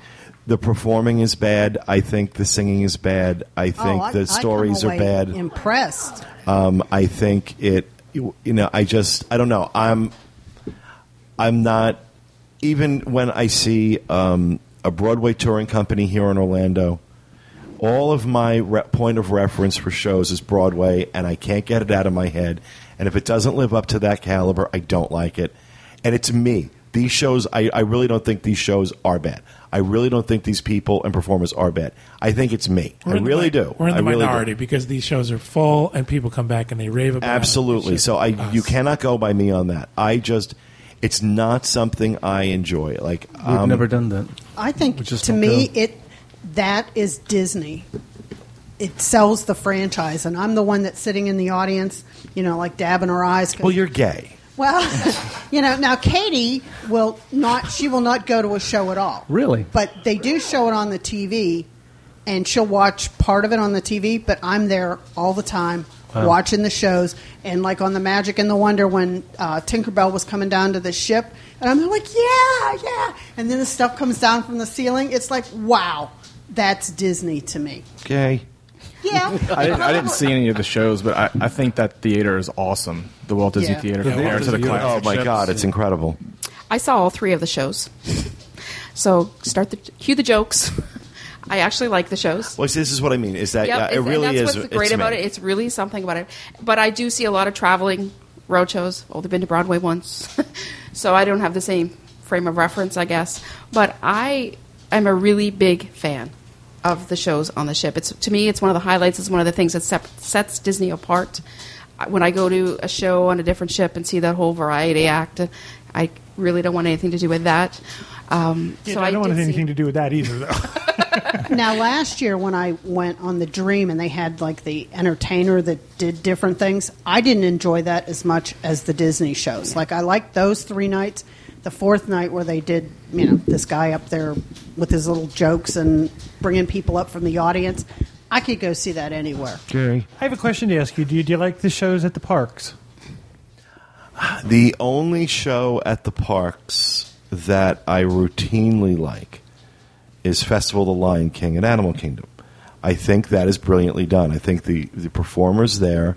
[SPEAKER 1] the performing is bad. I think the singing is bad. I
[SPEAKER 7] Oh,
[SPEAKER 1] think
[SPEAKER 7] I- I
[SPEAKER 1] the
[SPEAKER 7] come
[SPEAKER 1] stories are
[SPEAKER 7] away
[SPEAKER 1] bad.
[SPEAKER 7] Impressed.
[SPEAKER 1] Um, I think it. You know, I just. I don't know. I'm. I'm not. Even when I see um, a Broadway touring company here in Orlando, all of my re- point of reference for shows is Broadway, and I can't get it out of my head. And if it doesn't live up to that caliber, I don't like it. And it's me. These shows, I, I really don't think these shows are bad. I really don't think these people and performers are bad. I think it's me.
[SPEAKER 2] We're
[SPEAKER 1] I
[SPEAKER 2] in the
[SPEAKER 1] really
[SPEAKER 2] mi-
[SPEAKER 1] do.
[SPEAKER 2] We're in the
[SPEAKER 1] I really do.
[SPEAKER 2] minority because these shows are full and people come back and they rave about it.
[SPEAKER 1] Absolutely.
[SPEAKER 2] It's
[SPEAKER 1] So I
[SPEAKER 2] just
[SPEAKER 1] you
[SPEAKER 2] us.
[SPEAKER 1] cannot go by me on that. I just it's not something I enjoy. Like
[SPEAKER 5] We've
[SPEAKER 1] um,
[SPEAKER 5] never done that.
[SPEAKER 7] I
[SPEAKER 5] We
[SPEAKER 7] think
[SPEAKER 5] just
[SPEAKER 7] to
[SPEAKER 5] don't
[SPEAKER 7] me
[SPEAKER 5] go.
[SPEAKER 7] it that is Disney. It sells the franchise, and I'm the one that's sitting in the audience, you know, like dabbing her eyes. 'cause-
[SPEAKER 1] Well, you're gay.
[SPEAKER 7] Well, you know, now Katie will not. She will not go to a show at all.
[SPEAKER 5] Really?
[SPEAKER 7] But they do show it on the TV, and she'll watch part of it on the TV. But I'm there all the time watching the shows, and like on the Magic and the Wonder when uh, Tinkerbell was coming down to the ship, and I'm like, yeah, yeah. And then the stuff comes down from the ceiling. It's like, wow, that's Disney to me.
[SPEAKER 1] Gay.
[SPEAKER 7] Yeah,
[SPEAKER 4] I didn't, I didn't see any of the shows, but I, I think that theater is awesome. The Walt Disney
[SPEAKER 7] Yeah.
[SPEAKER 4] Theater
[SPEAKER 2] Yeah,
[SPEAKER 4] compared
[SPEAKER 2] Walt
[SPEAKER 4] to the
[SPEAKER 2] Disney-
[SPEAKER 4] classic
[SPEAKER 1] Oh my
[SPEAKER 4] ships.
[SPEAKER 1] god, it's incredible.
[SPEAKER 8] I saw all three of the shows. so start the cue the jokes. I actually like the shows.
[SPEAKER 1] Well, see, this is what I mean. Is that
[SPEAKER 8] Yep,
[SPEAKER 1] yeah, it
[SPEAKER 8] it's-
[SPEAKER 1] really
[SPEAKER 8] and that's
[SPEAKER 1] is
[SPEAKER 8] what's great
[SPEAKER 1] it's
[SPEAKER 8] about
[SPEAKER 1] me.
[SPEAKER 8] it. It's really something about it. But I do see a lot of traveling road shows. Well, they've been to Broadway once, so I don't have the same frame of reference, I guess. But I am a really big fan of the shows on the ship. It's to me, it's one of the highlights. It's one of the things that sep- sets Disney apart. I- When I go to a show on a different ship and see that whole variety act, I really don't want anything to do with that. Um,
[SPEAKER 6] Yeah,
[SPEAKER 8] so
[SPEAKER 6] I don't
[SPEAKER 8] did
[SPEAKER 6] want
[SPEAKER 8] see-
[SPEAKER 6] anything to do with that either, though.
[SPEAKER 7] Now, last year when I went on the Dream and they had like the entertainer that did different things, I didn't enjoy that as much as the Disney shows. Like, I liked those three nights. The fourth night where they did, you know, this guy up there with his little jokes and bringing people up from the audience, I could go see that anywhere.
[SPEAKER 6] I have a question to ask you. Do you, do you like the shows at the parks?
[SPEAKER 1] The only show at the parks that I routinely like is Festival of the Lion King and Animal Kingdom. I think that is brilliantly done. I think the, the performers there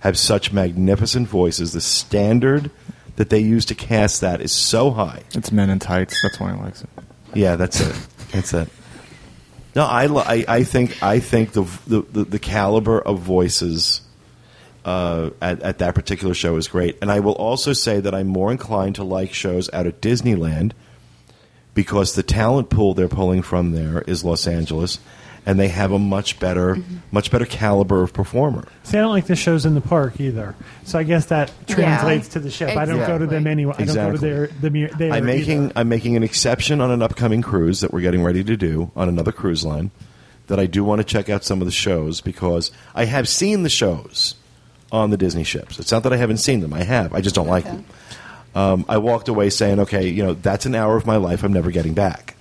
[SPEAKER 1] have such magnificent voices. The standard that they use to cast that is so high.
[SPEAKER 4] It's men in tights. That's why I likes it.
[SPEAKER 1] Yeah, that's it. That's it. No, I, lo- I, I think I think the the, the, the caliber of voices uh, at, at that particular show is great, and I will also say that I'm more inclined to like shows out at Disneyland because the talent pool they're pulling from there is Los Angeles, and they have a much better much better caliber of performer.
[SPEAKER 6] See, I don't like the shows in the park either. So I guess that translates to the ship. I don't go to them
[SPEAKER 8] Exactly.
[SPEAKER 6] anyway. I don't go to
[SPEAKER 1] Exactly.
[SPEAKER 6] their the mu- there
[SPEAKER 1] I'm making
[SPEAKER 6] either.
[SPEAKER 1] I'm making an exception on an upcoming cruise that we're getting ready to do on another cruise line that I do want to check out some of the shows because I have seen the shows on the Disney ships. It's not that I haven't seen them. I have. I just don't like them. Um, I walked away saying, okay, you know, that's an hour of my life I'm never getting back.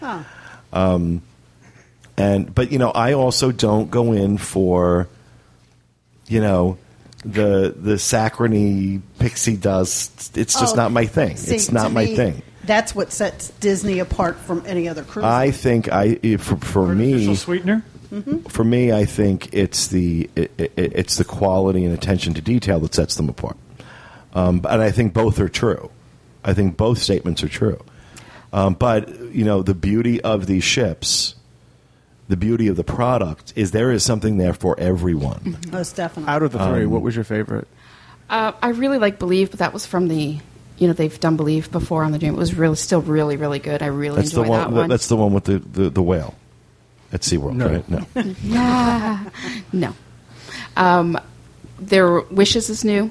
[SPEAKER 1] And but you know, I also don't go in for you know the the saccharine pixie dust. It's just
[SPEAKER 7] Oh,
[SPEAKER 1] not my thing.
[SPEAKER 7] see,
[SPEAKER 1] it's not
[SPEAKER 7] to
[SPEAKER 1] my
[SPEAKER 7] me,
[SPEAKER 1] thing.
[SPEAKER 7] That's what sets Disney apart from any other cruise.
[SPEAKER 1] I think I if- for, for
[SPEAKER 6] artificial
[SPEAKER 1] me
[SPEAKER 6] sweetener.
[SPEAKER 1] for me I think it's the it, it, it's the quality and attention to detail that sets them apart. Um, and I think both are true. I think both statements are true. Um, but you know the beauty of these ships, the beauty of the product is there is something there for
[SPEAKER 8] Mm-hmm.
[SPEAKER 1] everyone.
[SPEAKER 7] most definitely.
[SPEAKER 4] Out of the three, what was your favorite?
[SPEAKER 8] Uh, I really like Believe, but that was from the, you know, they've done Believe before on the Dream. It was really still really really good. I really
[SPEAKER 1] That's the
[SPEAKER 8] enjoyed
[SPEAKER 1] one,
[SPEAKER 8] that one.
[SPEAKER 1] That's the one with the, the, the whale at SeaWorld,
[SPEAKER 5] No.
[SPEAKER 1] right? No.
[SPEAKER 8] no, um, their Wishes is new.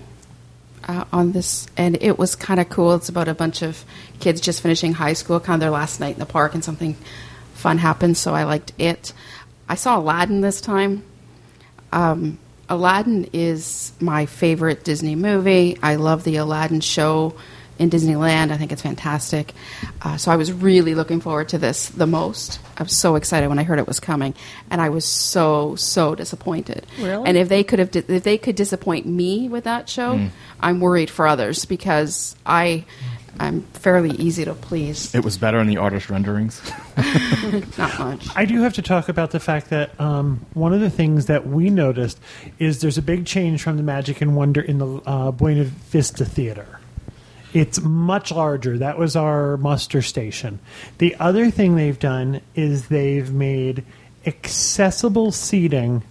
[SPEAKER 8] uh, on this, and it was kind of cool. It's about a bunch of kids just finishing high school, kind of their last night in the park, and something fun happens. So I liked it. I saw Aladdin this time. Um, Aladdin is my favorite Disney movie. I love the Aladdin show in Disneyland. I think it's fantastic. Uh, so I was really looking forward to this the most. I was so excited when I heard it was coming, and I was so so disappointed.
[SPEAKER 3] Really?
[SPEAKER 8] And if they could have di- if they could disappoint me with that show, I'm worried for others because I I'm fairly easy to please.
[SPEAKER 4] It was better in the artist renderings.
[SPEAKER 8] Not much.
[SPEAKER 6] I do have to talk about the fact that um, one of the things that we noticed is there's a big change from the Magic and Wonder in the uh, Buena Vista Theater. It's much larger. That was our muster station. The other thing they've done is they've made accessible seating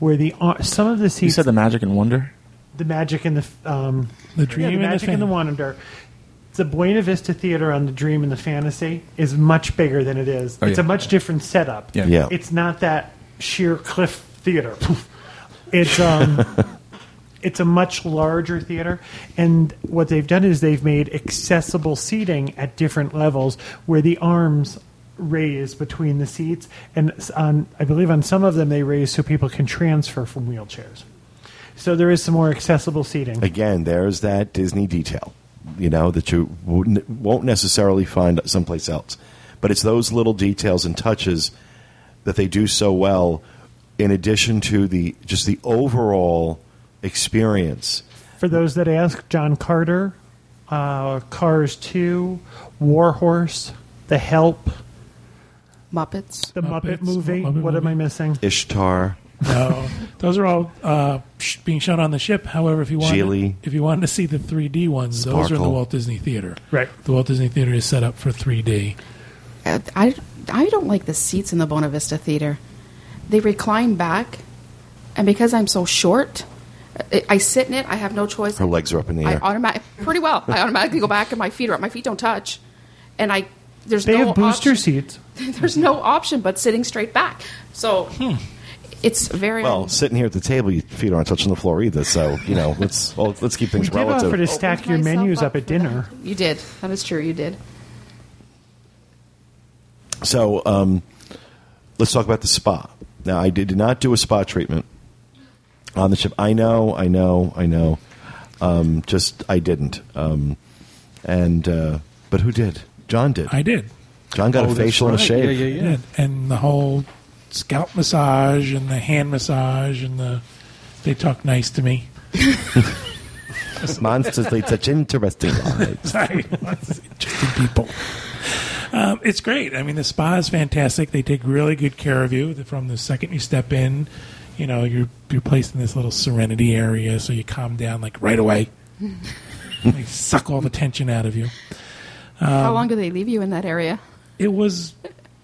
[SPEAKER 6] where the ar- some of the
[SPEAKER 4] you
[SPEAKER 6] seats
[SPEAKER 4] said the magic and wonder.
[SPEAKER 6] the magic and the f- um,
[SPEAKER 2] The dream
[SPEAKER 6] yeah,
[SPEAKER 2] and
[SPEAKER 6] the
[SPEAKER 2] the
[SPEAKER 6] magic and the
[SPEAKER 2] fan-
[SPEAKER 6] wonder. The Buena Vista Theater on the Dream and the Fantasy is much bigger than it is.
[SPEAKER 4] Oh,
[SPEAKER 6] it's
[SPEAKER 4] yeah.
[SPEAKER 6] a much different setup.
[SPEAKER 4] Yeah.
[SPEAKER 1] Yeah.
[SPEAKER 6] It's not that sheer cliff theater. it's um, it's a much larger theater, and what they've done is they've made accessible seating at different levels where the arms raise between the seats, and s- on I believe on some of them they raise so people can transfer from wheelchairs. So there is some more accessible seating.
[SPEAKER 1] Again, there's that Disney detail, you know, that you wouldn't- won't necessarily find someplace else. But it's those little details and touches that they do so well, in addition to the just the overall experience.
[SPEAKER 6] For those that ask, John Carter, uh, Cars 2, Warhorse, The Help,
[SPEAKER 8] Muppets.
[SPEAKER 6] The Muppet,
[SPEAKER 2] Muppets,
[SPEAKER 6] Movie.
[SPEAKER 2] Muppet
[SPEAKER 6] what am
[SPEAKER 2] Movie.
[SPEAKER 6] I missing?
[SPEAKER 1] Ishtar,
[SPEAKER 2] No, those are all uh, sh- being shown on the ship. However, if you wanted,
[SPEAKER 1] Geely.
[SPEAKER 2] if you wanted to see the 3D ones, those are in the
[SPEAKER 1] Sparkle.
[SPEAKER 2] Walt Disney Theater.
[SPEAKER 6] Right.
[SPEAKER 2] The Walt Disney Theater is set up for 3D.
[SPEAKER 8] Uh, I, I don't like the seats in the Buena Vista Theater. They recline back, and because I'm so short, I, I sit in it. I have no choice.
[SPEAKER 1] her legs are up in the
[SPEAKER 8] I
[SPEAKER 1] air.
[SPEAKER 8] automatic pretty well. I automatically go back, and my feet are up. My feet don't touch, and I there's
[SPEAKER 6] They
[SPEAKER 8] no
[SPEAKER 6] have booster
[SPEAKER 8] option-
[SPEAKER 6] seats.
[SPEAKER 8] There's no option but sitting straight back. So it's very
[SPEAKER 1] Hmm. well, sitting here at the table, your feet aren't touching the floor either. So you know, let's well, let's keep
[SPEAKER 6] We
[SPEAKER 1] things
[SPEAKER 6] did
[SPEAKER 1] relative.
[SPEAKER 6] offer to stack your menus up at dinner.
[SPEAKER 8] You did. That is true. You did.
[SPEAKER 1] So um, let's talk about the spa. Now, I did not do a spa treatment on the ship. I know, I know, I know. Um, just I didn't. Um, and uh, but who did? John did.
[SPEAKER 2] I did.
[SPEAKER 1] John got
[SPEAKER 5] Oh,
[SPEAKER 1] a
[SPEAKER 5] that's
[SPEAKER 1] facial and a
[SPEAKER 5] right.
[SPEAKER 1] shave.
[SPEAKER 5] Yeah,
[SPEAKER 2] I
[SPEAKER 5] yeah, yeah.
[SPEAKER 2] did. And the whole scalp massage and the hand massage and the they talk nice to me.
[SPEAKER 1] Monsters, they such interesting lives.
[SPEAKER 2] Sorry, interesting people. Um, it's great. I mean, the spa is fantastic. They take really good care of you from the second you step in. You know, you're you're placed in this little serenity area, so you calm down like right away. they suck all the tension out of you.
[SPEAKER 8] How
[SPEAKER 6] Um,
[SPEAKER 8] long do they leave you in that area?
[SPEAKER 2] It was.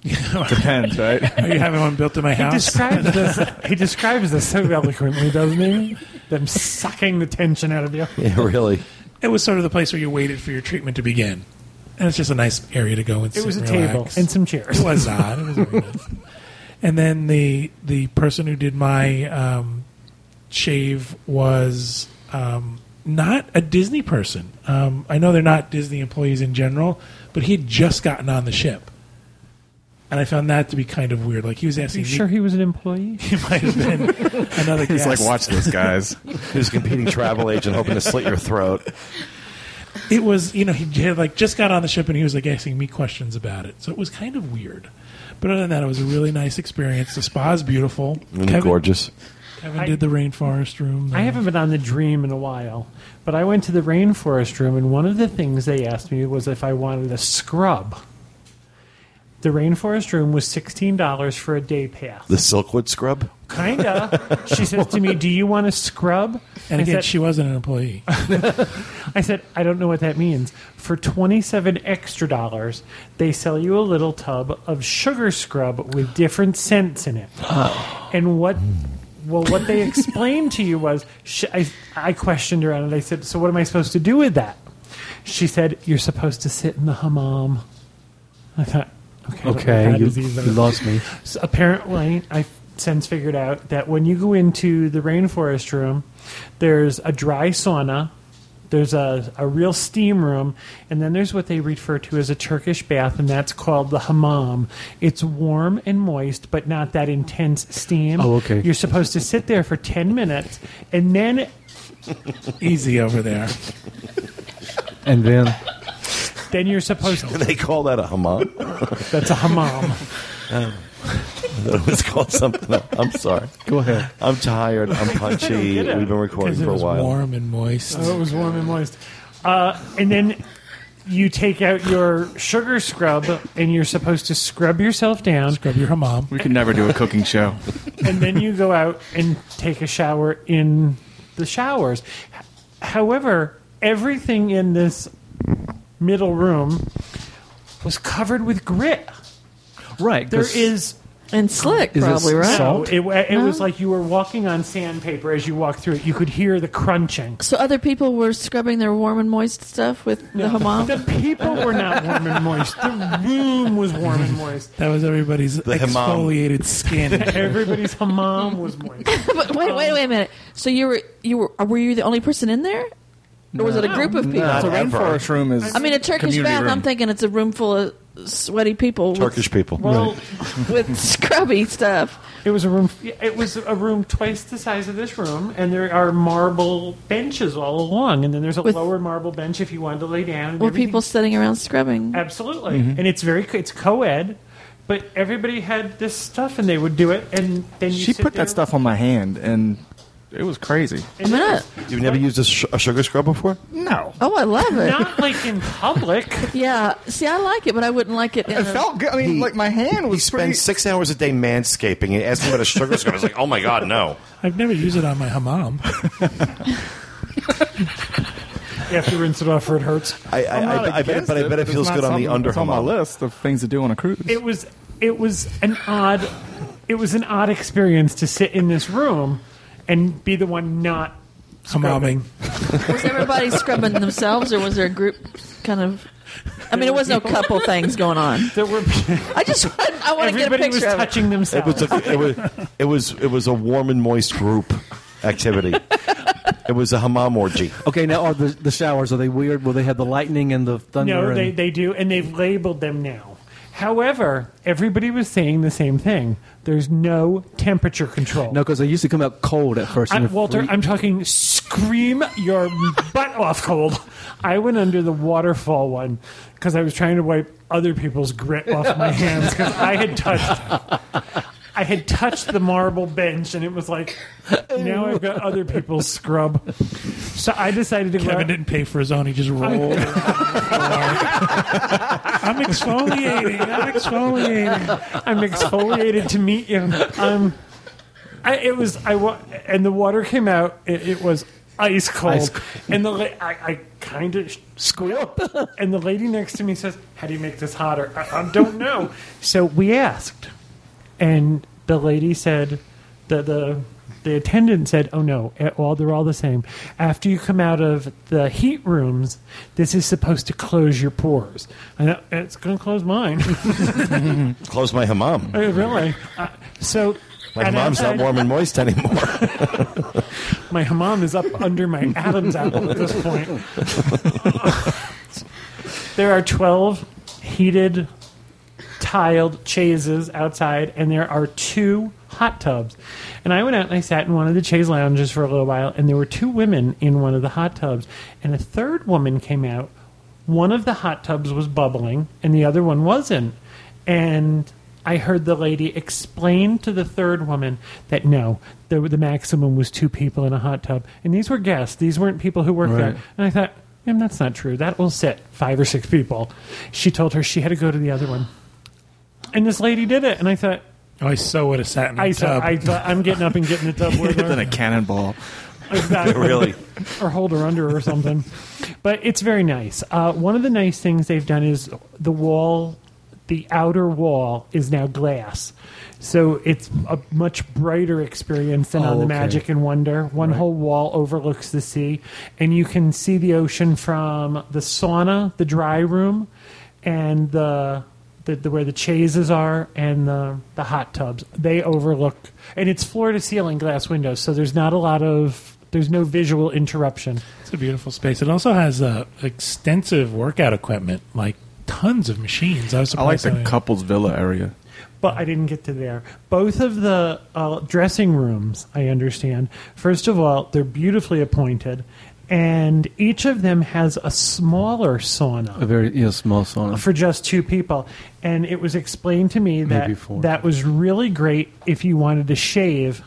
[SPEAKER 4] Depends, right?
[SPEAKER 2] Are you having one built in my
[SPEAKER 6] He
[SPEAKER 2] house?
[SPEAKER 6] describes this. He describes this so eloquently, doesn't he? Them sucking the tension out of you.
[SPEAKER 1] yeah, really.
[SPEAKER 2] It was sort of the place where you waited for your treatment to begin, and it's just a nice area to go and.
[SPEAKER 6] It was a
[SPEAKER 2] sit,
[SPEAKER 6] table
[SPEAKER 2] relax.
[SPEAKER 6] and some chairs.
[SPEAKER 2] It was odd. It was very nice. And then the the person who did my um, shave was um, not a Disney person. Um, I know they're not Disney employees in general, but he had just gotten on the ship, and I found that to be kind of weird. Like he was
[SPEAKER 6] Are
[SPEAKER 2] asking,
[SPEAKER 6] you
[SPEAKER 2] me-
[SPEAKER 6] sure he was an employee?
[SPEAKER 2] he might have been another.
[SPEAKER 4] He's like,
[SPEAKER 2] guest.
[SPEAKER 4] watch this, guys.
[SPEAKER 1] He was a competing travel agent, hoping to slit your throat.
[SPEAKER 2] it was you know he had like just got on the ship and he was like asking me questions about it so it was kind of weird but other than that it was a really nice experience the spa is beautiful
[SPEAKER 1] Isn't he gorgeous?
[SPEAKER 2] kevin
[SPEAKER 6] I-
[SPEAKER 2] did the rainforest room
[SPEAKER 6] I haven't been on the Dream in a while, but I went to the Rainforest Room, and one of the things they asked me was if I wanted a scrub. The Rainforest Room was sixteen dollars for a day pass.
[SPEAKER 1] The Silkwood scrub?
[SPEAKER 6] Kinda. she says to me, "Do you want a scrub?"
[SPEAKER 2] and
[SPEAKER 6] I
[SPEAKER 2] again
[SPEAKER 6] said,
[SPEAKER 2] she wasn't an employee
[SPEAKER 6] I said, "I don't know what that means." For twenty-seven extra dollars, they sell you a little tub of sugar scrub with different scents in it. And what? Well, what they explained to you was, sh I, I questioned her on it. I said, "So what am I supposed to do with that?" She said, "You're supposed to sit in the hammam." I thought, okay, I don't know if
[SPEAKER 5] Okay,
[SPEAKER 6] that
[SPEAKER 5] you,
[SPEAKER 6] is even-
[SPEAKER 5] you lost me.
[SPEAKER 6] so apparently, I since figured out that when you go into the rainforest room, there's a dry sauna There's a, a real steam room, and then there's what they refer to as a Turkish bath, and that's called the hammam. It's warm and moist, but not that intense steam.
[SPEAKER 5] Oh, okay.
[SPEAKER 6] You're supposed to sit there for 10 minutes, and then
[SPEAKER 2] Easy over there.
[SPEAKER 5] And then
[SPEAKER 6] then you're supposed to.
[SPEAKER 1] They call that a hammam.
[SPEAKER 6] That's a hammam.
[SPEAKER 1] it was called something. else. I'm sorry.
[SPEAKER 5] go ahead.
[SPEAKER 1] I'm tired. I'm punchy. We've
[SPEAKER 6] get it.
[SPEAKER 1] been recording
[SPEAKER 2] Because it
[SPEAKER 1] for a
[SPEAKER 2] was
[SPEAKER 1] while.
[SPEAKER 2] warm and moist.
[SPEAKER 6] Oh, it was warm and moist. Uh, and then you take out your sugar scrub, and you're supposed to scrub yourself down,
[SPEAKER 2] Scrub your hammam.
[SPEAKER 4] We could never do a cooking show.
[SPEAKER 6] and then you go out and take a shower in the showers. H- However, everything in this middle room was covered with grit.
[SPEAKER 5] Right.
[SPEAKER 6] There
[SPEAKER 5] 'cause
[SPEAKER 6] is
[SPEAKER 3] And slick,
[SPEAKER 5] Is
[SPEAKER 3] probably,
[SPEAKER 5] this
[SPEAKER 3] right?
[SPEAKER 6] no,
[SPEAKER 5] Salt?
[SPEAKER 6] it, it was like you were walking on sandpaper as you walked through it. You could hear the crunching.
[SPEAKER 3] So other people were scrubbing their warm and moist stuff with the hammam?
[SPEAKER 6] The people were not warm and moist. The room was warm and moist.
[SPEAKER 2] That was everybody's
[SPEAKER 1] hammam.
[SPEAKER 2] exfoliated skin.
[SPEAKER 6] Everybody's hammam was moist.
[SPEAKER 3] but wait, wait, wait a minute. So you were you were uh, were you the only person in there, or was it a group of people?
[SPEAKER 4] So
[SPEAKER 1] ever.
[SPEAKER 4] rainforest room is.
[SPEAKER 3] I mean, a Turkish
[SPEAKER 4] community
[SPEAKER 3] bath.
[SPEAKER 4] room.
[SPEAKER 3] I'm thinking it's a room full of sweaty people
[SPEAKER 1] Turkish people.
[SPEAKER 6] Well,
[SPEAKER 3] with, with scrubby stuff.
[SPEAKER 6] it was a room. It was a room twice the size of this room, and there are marble benches all along. And then there's a
[SPEAKER 3] With-
[SPEAKER 6] lower marble bench if you wanted to lay down. and
[SPEAKER 3] Were
[SPEAKER 6] everything-
[SPEAKER 3] people sitting around scrubbing?
[SPEAKER 6] absolutely, and it's very co- it's co-ed, but everybody had this stuff, and they would do it. And then you
[SPEAKER 4] she
[SPEAKER 6] sit
[SPEAKER 4] put
[SPEAKER 6] there-
[SPEAKER 4] that stuff on my hand, and it was crazy.
[SPEAKER 3] I'm not.
[SPEAKER 1] You've never used a, sh- a sugar scrub before?
[SPEAKER 4] No,
[SPEAKER 3] Oh, I love it.
[SPEAKER 6] Not like in public.
[SPEAKER 3] Yeah. See, I like it, but I wouldn't like it. In
[SPEAKER 4] it
[SPEAKER 3] a-
[SPEAKER 4] felt good. I mean, like my hand
[SPEAKER 1] He
[SPEAKER 4] was pretty.
[SPEAKER 1] spends six hours a day manscaping and asking about a sugar scrub. I was like, oh my god, no.
[SPEAKER 2] I've never used it on my hammam.
[SPEAKER 6] You have to rinse it off, or it hurts.
[SPEAKER 1] I, I,
[SPEAKER 4] I'm not
[SPEAKER 1] I, I bet,
[SPEAKER 4] against
[SPEAKER 1] but I bet it
[SPEAKER 4] it's
[SPEAKER 1] feels
[SPEAKER 4] not
[SPEAKER 1] good on the
[SPEAKER 4] something
[SPEAKER 1] under.
[SPEAKER 4] that's on my
[SPEAKER 1] hammam.
[SPEAKER 4] list of things to do on a cruise.
[SPEAKER 6] it was it was an odd it was an odd experience to sit in this room and be the one not
[SPEAKER 2] Hammamming.
[SPEAKER 3] Was everybody scrubbing themselves, or was there a group kind of? I mean, it was no couple things going on.
[SPEAKER 6] there were
[SPEAKER 3] I just want, I want to get a
[SPEAKER 6] everybody was
[SPEAKER 3] picture of it.
[SPEAKER 6] touching
[SPEAKER 1] It was,
[SPEAKER 6] themselves
[SPEAKER 1] a, it was it was it was a warm and moist group activity. it was a hammam orgy.
[SPEAKER 5] Okay, now are the, the showers are they weird? Will they have the lightning and the thunder?
[SPEAKER 6] no
[SPEAKER 5] and,
[SPEAKER 6] they, they do and they've labeled them now however everybody was saying the same thing there's no temperature control
[SPEAKER 5] no, because they used to come out cold at first.
[SPEAKER 6] I,
[SPEAKER 5] and if
[SPEAKER 6] Walter,
[SPEAKER 5] we-
[SPEAKER 6] I'm talking scream your butt off cold. I went under the waterfall one because I was trying to wipe other people's grit off my hands because I had touched. I had touched the marble bench, and it was like, now I've got other people's scrub. So I decided to go.
[SPEAKER 2] Kevin
[SPEAKER 6] out-
[SPEAKER 2] didn't pay for his own. He just rolled. around on the floor. I'm exfoliating. I'm exfoliating.
[SPEAKER 6] I'm exfoliated to meet you. Um, I, it was I wa- and the water came out. It, it was ice cold,
[SPEAKER 5] Ice cold.
[SPEAKER 6] and the la- I, I kind of squealed. and the lady next to me says, "How do you make this hotter?" I, I don't know. So we asked, and the lady said, "the the." The attendant said, "Oh no, eh, all they're all the same. After you come out of the heat rooms, this is supposed to close your pores, and I- it's going to close mine."
[SPEAKER 1] Close my hammam.
[SPEAKER 6] Uh, really? Uh, so
[SPEAKER 1] My
[SPEAKER 6] and
[SPEAKER 1] hammam's not
[SPEAKER 6] outside-
[SPEAKER 1] warm and moist anymore.
[SPEAKER 6] My hammam is up under my Adam's apple at this point. there are twelve heated tiled chaises outside, and there are two hot tubs. And I went out and I sat in one of the chaise lounges for a little while, and there were two women in one of the hot tubs, and a third woman came out. One of the hot tubs was bubbling, and the other one wasn't. And I heard the lady explain to the third woman that no, the, the maximum was two people in a hot tub, and these were guests; these weren't people who worked
[SPEAKER 5] Right.
[SPEAKER 6] there. And I thought, "Ma'am, that's not true. That will sit five or six people." She told her she had to go to the other one and this lady did it, and I thought,
[SPEAKER 2] Oh, I so would have sat in a
[SPEAKER 6] I
[SPEAKER 2] tub.
[SPEAKER 6] thought, I thought I'm getting up and getting the tub with
[SPEAKER 4] than a
[SPEAKER 6] her,
[SPEAKER 4] cannonball.
[SPEAKER 6] exactly,
[SPEAKER 1] really.
[SPEAKER 6] or hold her under or something. But it's very nice. Uh, one of the nice things they've done is the wall, the outer wall, is now glass, so it's a much brighter experience than
[SPEAKER 5] Oh,
[SPEAKER 6] on the
[SPEAKER 5] okay.
[SPEAKER 6] Magic and Wonder. One whole wall overlooks the sea, and you can see the ocean from the sauna, the dry room, and the the, the where the chaises are and the the hot tubs. They overlook, and it's floor to ceiling glass windows, so there's not a lot of There's no visual interruption.
[SPEAKER 2] It's a beautiful space. It also has uh, extensive workout equipment, like tons of machines. I was
[SPEAKER 4] I like
[SPEAKER 2] surprised.
[SPEAKER 4] the
[SPEAKER 2] how many-
[SPEAKER 4] couples villa area.
[SPEAKER 6] But I didn't get to there. Both of the uh, dressing rooms, I understand. First of all, they're beautifully appointed, and each of them has a smaller sauna.
[SPEAKER 5] A very yeah, small sauna.
[SPEAKER 6] for just two people. And it was explained to me that
[SPEAKER 5] Maybe four.
[SPEAKER 6] that was really great if you wanted to shave.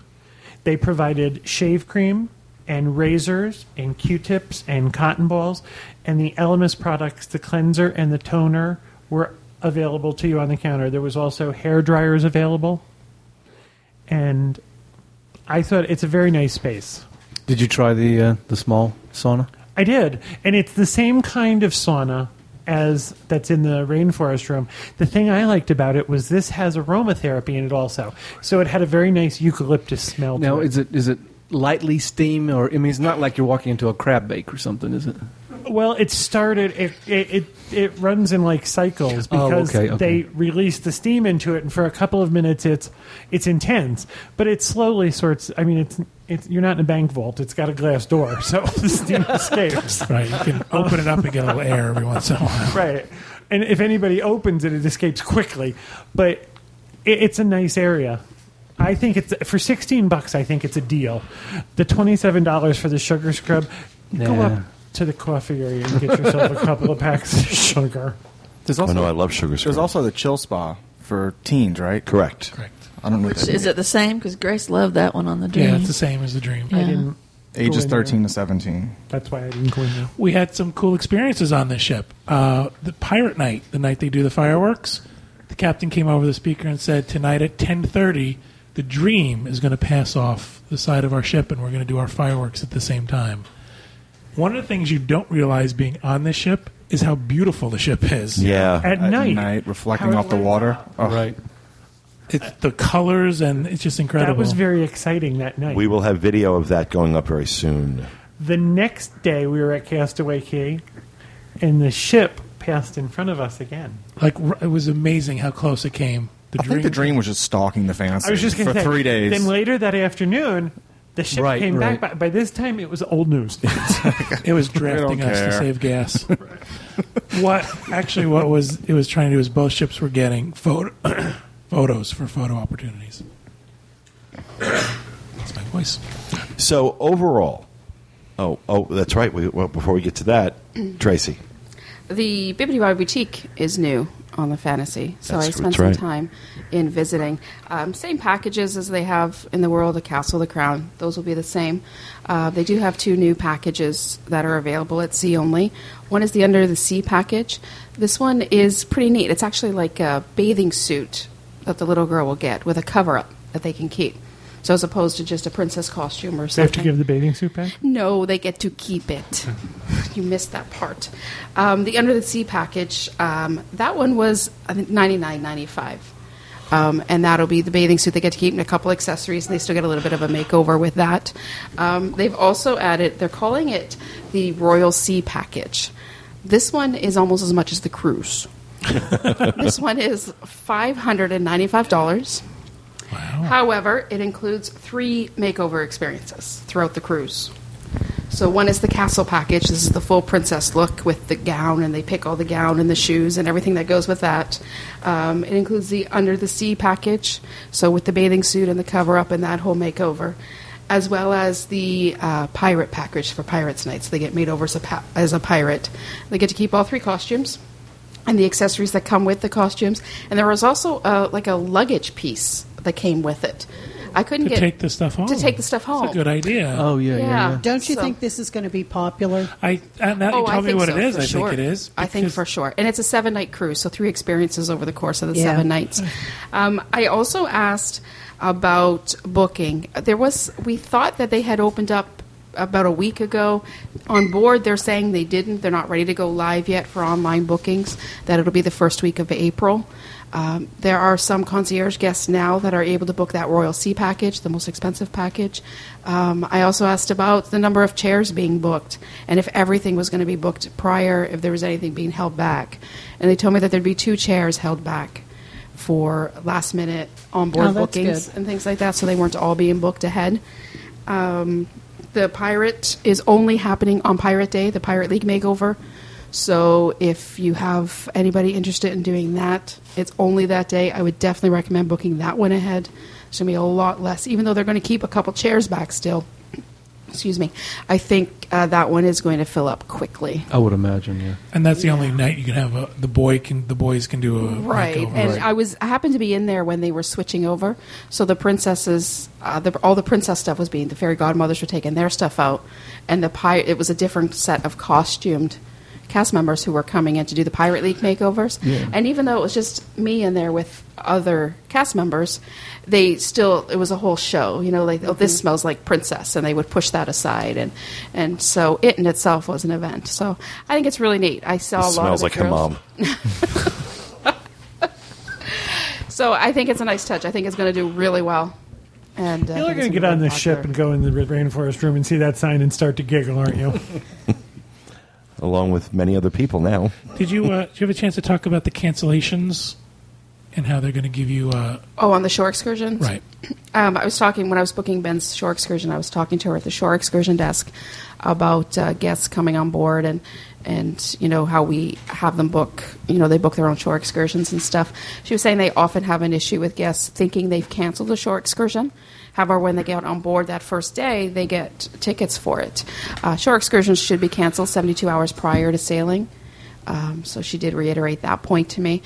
[SPEAKER 6] They provided shave cream and razors and Q-tips and cotton balls and the Elemis products, the cleanser and the toner were available to you on the counter. There was also hair dryers available. And I thought it's a very nice space.
[SPEAKER 5] Did you try the uh, the small sauna?
[SPEAKER 6] I did, and it's the same kind of sauna as that's in the rainforest room. The thing I liked about it was this has aromatherapy in it also, so it had a very nice eucalyptus smell.
[SPEAKER 5] Now
[SPEAKER 6] to it.
[SPEAKER 5] is it is it lightly steam or I mean it's not like you're walking into a crab bake or something, is it?
[SPEAKER 6] Well, it started. It it it, it runs in like cycles
[SPEAKER 5] Oh,
[SPEAKER 6] because
[SPEAKER 5] okay, okay.
[SPEAKER 6] they release the steam into it, and for a couple of minutes, it's it's intense, but it slowly sorts. I mean, it's it's you're not in a bank vault. It's got a glass door, so the steam escapes.
[SPEAKER 2] Right, you can open it up and get a little air every once in a while.
[SPEAKER 6] right. And if anybody opens it, it escapes quickly. But it, it's a nice area. I think it's for sixteen bucks. I think it's a deal. The twenty-seven dollars for the sugar scrub. Go
[SPEAKER 5] Nah.
[SPEAKER 6] up to the coffee area and get yourself a couple of packs of sugar.
[SPEAKER 4] There's
[SPEAKER 1] I
[SPEAKER 4] also
[SPEAKER 1] know Oh, I love sugar
[SPEAKER 4] there's
[SPEAKER 1] scrub.
[SPEAKER 4] also the chill spa for teens, right?
[SPEAKER 1] Correct.
[SPEAKER 2] Correct.
[SPEAKER 4] I don't know what
[SPEAKER 3] Which
[SPEAKER 4] that
[SPEAKER 3] is it the same? Because Grace loved that one on the dream.
[SPEAKER 2] Yeah, it's the same as the dream.
[SPEAKER 3] Yeah.
[SPEAKER 6] I didn't.
[SPEAKER 4] ages
[SPEAKER 6] go in there.
[SPEAKER 4] 13 to 17.
[SPEAKER 6] That's why I didn't go in there.
[SPEAKER 2] we had some cool experiences on this ship. Uh, the pirate night, the night they do the fireworks, the captain came over the speaker and said, "Tonight at ten thirty, the Dream is going to pass off the side of our ship, and we're going to do our fireworks at the same time." One of the things you don't realize being on this ship is how beautiful the ship is.
[SPEAKER 1] Yeah.
[SPEAKER 6] At, night,
[SPEAKER 4] reflecting
[SPEAKER 6] How
[SPEAKER 4] off the
[SPEAKER 6] light-
[SPEAKER 4] water. Oh,
[SPEAKER 5] Right.
[SPEAKER 2] It's the colors, and it's just incredible.
[SPEAKER 6] That was very exciting that night.
[SPEAKER 1] we will have video of that going up very soon.
[SPEAKER 6] The next day, we were at Castaway Key, and the ship passed in front of us again.
[SPEAKER 2] like r- it was amazing how close it came. The
[SPEAKER 4] I think the dream was just stalking the fantasy
[SPEAKER 6] I was just going
[SPEAKER 4] for
[SPEAKER 6] to say,
[SPEAKER 4] three days.
[SPEAKER 6] Then later that afternoon, the ship
[SPEAKER 5] Right,
[SPEAKER 6] came
[SPEAKER 5] right.
[SPEAKER 6] back. By, by this time, it was old news.
[SPEAKER 2] It was drafting
[SPEAKER 4] don't
[SPEAKER 2] us to
[SPEAKER 4] care.
[SPEAKER 2] save gas. what actually? What was it was trying to do is both ships were getting photo, photos for photo opportunities. That's my voice.
[SPEAKER 1] So overall, oh, oh, that's right. We, well, before we get to that, Tracy,
[SPEAKER 8] The Bibbidi Bobbidi Boutique is new on the Fantasy, so
[SPEAKER 1] That's-
[SPEAKER 8] I spent
[SPEAKER 1] that's
[SPEAKER 8] some
[SPEAKER 1] right.
[SPEAKER 8] time in visiting. Um, same packages as they have in the world, the Castle, the Crown. Those will be the same. Uh, they do have two new packages that are available at sea only. One is the Under the Sea package. This one is pretty neat. It's actually like a bathing suit that the little girl will get with a cover up that they can keep. So as opposed to just a princess costume or
[SPEAKER 6] they have to
[SPEAKER 8] something.
[SPEAKER 6] give the bathing suit back.
[SPEAKER 8] No, they get to keep it. you missed that part. Um, the Under the Sea package, um, that one was I think ninety nine ninety five, um, and that'll be the bathing suit they get to keep and a couple accessories, and they still get a little bit of a makeover with that. Um, they've also added. They're calling it the Royal Sea package. This one is almost as much as the cruise. this one is five hundred and ninety five dollars. However, it includes three makeover experiences throughout the cruise. So one is the castle package. This is the full princess look with the gown, and they pick all the gown and the shoes and everything that goes with that. Um, it includes the under the sea package, so with the bathing suit and the cover up and that whole makeover, as well as the uh, pirate package for pirates' night. So they get made over as a, pa- as a pirate. They get to keep all three costumes and the accessories that come with the costumes. And there was also uh, like a luggage piece that came with it. I couldn't
[SPEAKER 2] To
[SPEAKER 8] get
[SPEAKER 2] take the stuff home.
[SPEAKER 8] To take the stuff home.
[SPEAKER 2] That's a good idea.
[SPEAKER 5] Oh yeah, yeah. yeah.
[SPEAKER 7] Don't you
[SPEAKER 8] So-
[SPEAKER 7] think this is going to be popular?
[SPEAKER 2] I and now you
[SPEAKER 8] Oh, I
[SPEAKER 2] tell me
[SPEAKER 8] think
[SPEAKER 2] what
[SPEAKER 8] so,
[SPEAKER 2] it is.
[SPEAKER 8] for
[SPEAKER 2] I
[SPEAKER 8] sure.
[SPEAKER 2] think it is.
[SPEAKER 8] I think
[SPEAKER 2] because
[SPEAKER 8] for sure. And it's a seven night cruise, so three experiences over the course of the
[SPEAKER 7] Yeah.
[SPEAKER 8] seven nights. Um, I also asked about booking. There was, we thought that they had opened up about a week ago. On board, they're saying they didn't. They're not ready to go live yet for online bookings, that it'll be the first week of April. Um, there are some concierge guests now that are able to book that Royal Sea package, the most expensive package. Um, I also asked about the number of chairs being booked and if everything was going to be booked prior, if there was anything being held back. And they told me that there'd be two chairs held back for last minute on board
[SPEAKER 7] Oh, that's
[SPEAKER 8] bookings
[SPEAKER 7] good.
[SPEAKER 8] and things like that, so they weren't all being booked ahead. Um, the pirate is only happening on Pirate Day, the Pirate League makeover. So if you have anybody interested in doing that, it's only that day. I would definitely recommend booking that one ahead. It's going to be a lot less, even though they're going to keep a couple chairs back still. Excuse me. I think uh, that one is going to fill up quickly.
[SPEAKER 5] I would imagine, yeah.
[SPEAKER 2] And that's the only night you can have a, the boy can the boys can do a
[SPEAKER 8] right
[SPEAKER 2] makeover.
[SPEAKER 8] and i was i happened to be in there when they were switching over so the princesses uh, the, all the princess stuff was being the fairy godmothers were taking their stuff out and the pirate it was a different set of costumed cast members who were coming in to do the pirate league makeovers
[SPEAKER 5] Yeah.
[SPEAKER 8] and even though it was just me in there with other cast members they still it was a whole show you know like oh this smells like princess and they would push that aside and and so it in itself was an event so i think it's really neat i saw a lot
[SPEAKER 1] smells
[SPEAKER 8] of the
[SPEAKER 1] like her
[SPEAKER 8] girls-
[SPEAKER 1] mom.
[SPEAKER 8] So I think it's a nice touch. I think it's going to do really well. And uh,
[SPEAKER 6] You're going to get on this ship and go in the rainforest room and see that sign and start to giggle, aren't you?
[SPEAKER 1] Along with many other people now.
[SPEAKER 2] Did you uh, did you have a chance to talk about the cancellations and how they're going to give you uh,
[SPEAKER 8] Oh, on the shore excursions,
[SPEAKER 2] right?
[SPEAKER 8] Um, I was talking when I was booking Ben's shore excursion. I was talking to her at the shore excursion desk about uh, guests coming on board and and you know how we have them book. You know they book their own shore excursions and stuff. She was saying they often have an issue with guests thinking they've canceled a shore excursion. However, when they get on board that first day, they get tickets for it. Uh, shore excursions should be canceled 72 hours prior to sailing. Um, so she did reiterate that point to me.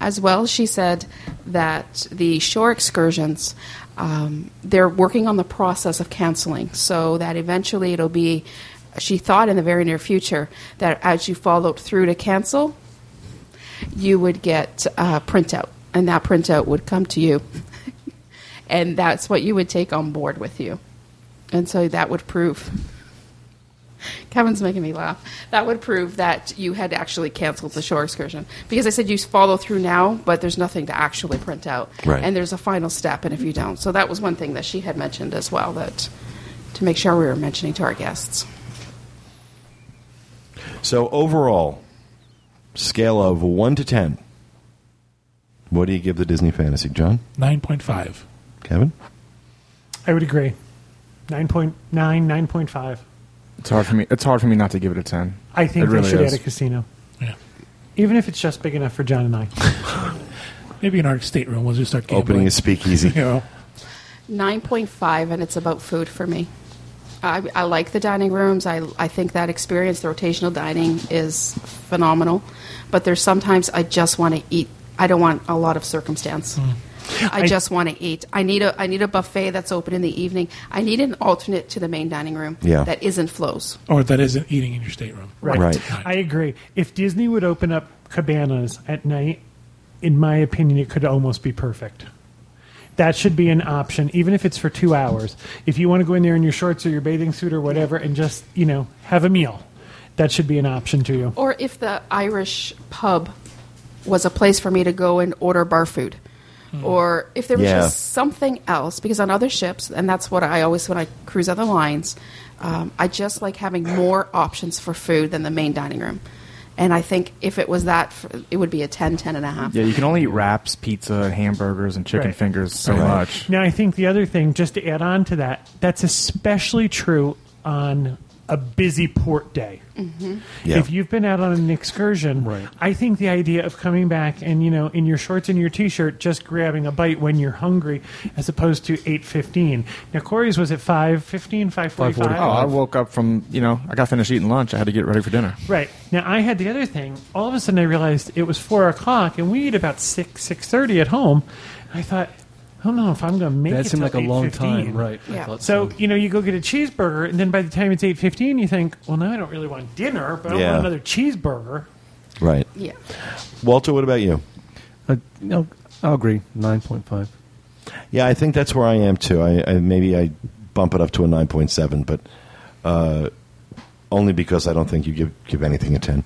[SPEAKER 8] As well, she said that the shore excursions, um, they're working on the process of canceling, so that eventually it'll be, she thought in the very near future, that as you followed through to cancel, you would get a printout, and that printout would come to you. and that's what you would take on board with you. And so that would prove Kevin's making me laugh. That would prove that you had actually canceled the shore excursion because I said you follow through now, but there's nothing to actually print out,
[SPEAKER 1] Right.
[SPEAKER 8] and there's a final step, and if you don't, so that was one thing that she had mentioned as well that to make sure we were mentioning to our guests.
[SPEAKER 1] So overall, scale of one to ten. What do you give the Disney Fantasy, John?
[SPEAKER 2] Nine point five.
[SPEAKER 1] Kevin?
[SPEAKER 6] I would agree. 9.9, 9.5.
[SPEAKER 4] It's hard for me. It's hard for me not to give it a ten.
[SPEAKER 6] I think
[SPEAKER 4] it
[SPEAKER 6] they
[SPEAKER 4] really
[SPEAKER 6] should
[SPEAKER 4] is.
[SPEAKER 6] add a casino,
[SPEAKER 2] Yeah.
[SPEAKER 6] even if it's just big enough for John and I.
[SPEAKER 2] Maybe in our stateroom, we'll just start gambling.
[SPEAKER 1] Opening a speakeasy.
[SPEAKER 2] You know,
[SPEAKER 8] Nine point five, and it's about food for me. I, I like the dining rooms. I, I think that experience, the rotational dining, is phenomenal. But there's sometimes I just want to eat. I don't want a lot of circumstance. I,
[SPEAKER 6] I-
[SPEAKER 8] just want to eat. I need a I need a buffet that's open in the evening. I need an alternate to the main dining room
[SPEAKER 1] Yeah.
[SPEAKER 8] that isn't flows.
[SPEAKER 2] or that isn't eating in your stateroom.
[SPEAKER 1] Right.
[SPEAKER 6] I agree. If Disney would open up cabanas at night, in my opinion, it could almost be perfect. That should be an option, even if it's for two hours. If you want to go in there in your shorts or your bathing suit or whatever and just, you know, have a meal, that should be an option to you.
[SPEAKER 8] Or if the Irish pub was a place for me to go and order bar food. Or if there was
[SPEAKER 1] Yeah.
[SPEAKER 8] just something else, because on other ships, and that's what I always, when I cruise other lines, um, I just like having more options for food than the main dining room. And I think if it was that, f- it would be a 10, 10 and a half.
[SPEAKER 4] Yeah, you can only eat wraps, pizza, hamburgers, and chicken
[SPEAKER 6] Right.
[SPEAKER 4] fingers so
[SPEAKER 1] Right.
[SPEAKER 4] much.
[SPEAKER 6] Now, I think the other thing, just to add on to that, that's especially true on a busy port day.
[SPEAKER 4] Mm-hmm.
[SPEAKER 1] Yeah.
[SPEAKER 6] If you've been out on an excursion,
[SPEAKER 5] Right.
[SPEAKER 6] I think the idea of coming back and you know in your shorts and your t-shirt, just grabbing a bite when you're hungry, as opposed to eight fifteen. Now Corey's was at five fifteen, five forty
[SPEAKER 5] 5:45.
[SPEAKER 4] Oh, I
[SPEAKER 6] five.
[SPEAKER 4] woke up from you know I got finished eating lunch. I had to get ready for dinner.
[SPEAKER 6] Right now, I had the other thing. All of a sudden, I realized it was four o'clock, and we eat about six six thirty at home. I thought, I don't know if I'm going to make
[SPEAKER 5] That
[SPEAKER 6] it
[SPEAKER 5] seemed like
[SPEAKER 6] till
[SPEAKER 5] a long
[SPEAKER 6] 8:15.
[SPEAKER 5] time, right? I
[SPEAKER 8] Yeah.
[SPEAKER 5] thought
[SPEAKER 6] So you know, you go get a cheeseburger, and then by the time it's eight fifteen, you think, well, now I don't really want dinner, but I
[SPEAKER 1] Yeah.
[SPEAKER 6] want another cheeseburger.
[SPEAKER 1] Right.
[SPEAKER 8] Yeah.
[SPEAKER 1] Walter, what about you?
[SPEAKER 5] I, no, I'll agree. Nine point five.
[SPEAKER 1] Yeah, I think that's where I am too. I, I maybe I bump it up to a nine point seven, but uh, only because I don't think you give give anything a ten.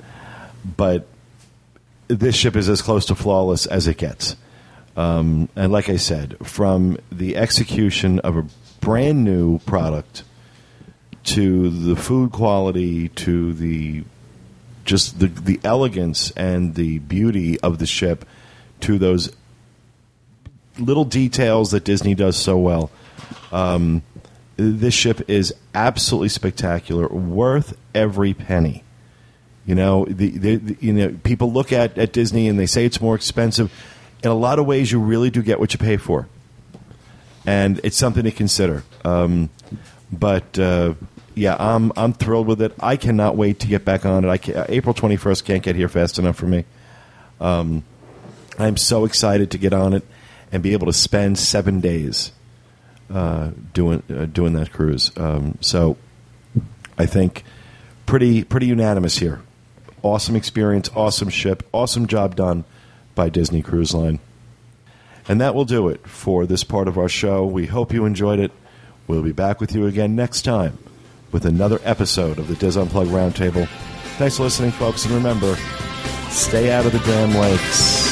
[SPEAKER 1] But this ship is as close to flawless as it gets. Um, and like I said, from the execution of a brand new product to the food quality to the just the the elegance and the beauty of the ship to those little details that Disney does so well. Um, This ship is absolutely spectacular, worth every penny. You know, the, the, the- you know people look at, at Disney and they say it's more expensive. In a lot of ways, you really do get what you pay for, and it's something to consider. Um, but uh, yeah, I'm I'm thrilled with it. I cannot wait to get back on it. I ca April 21st can't get here fast enough for me. I'm so excited to get on it and be able to spend seven days uh, doing uh, doing that cruise. Um, so I think pretty pretty unanimous here. Awesome experience, awesome ship, awesome job done by Disney Cruise Line. And that will do it for this part of our show. We hope you enjoyed it. We'll be back with you again next time with another episode of the Diz Unplug Roundtable. Thanks for listening, folks, and remember, stay out of the damn lakes.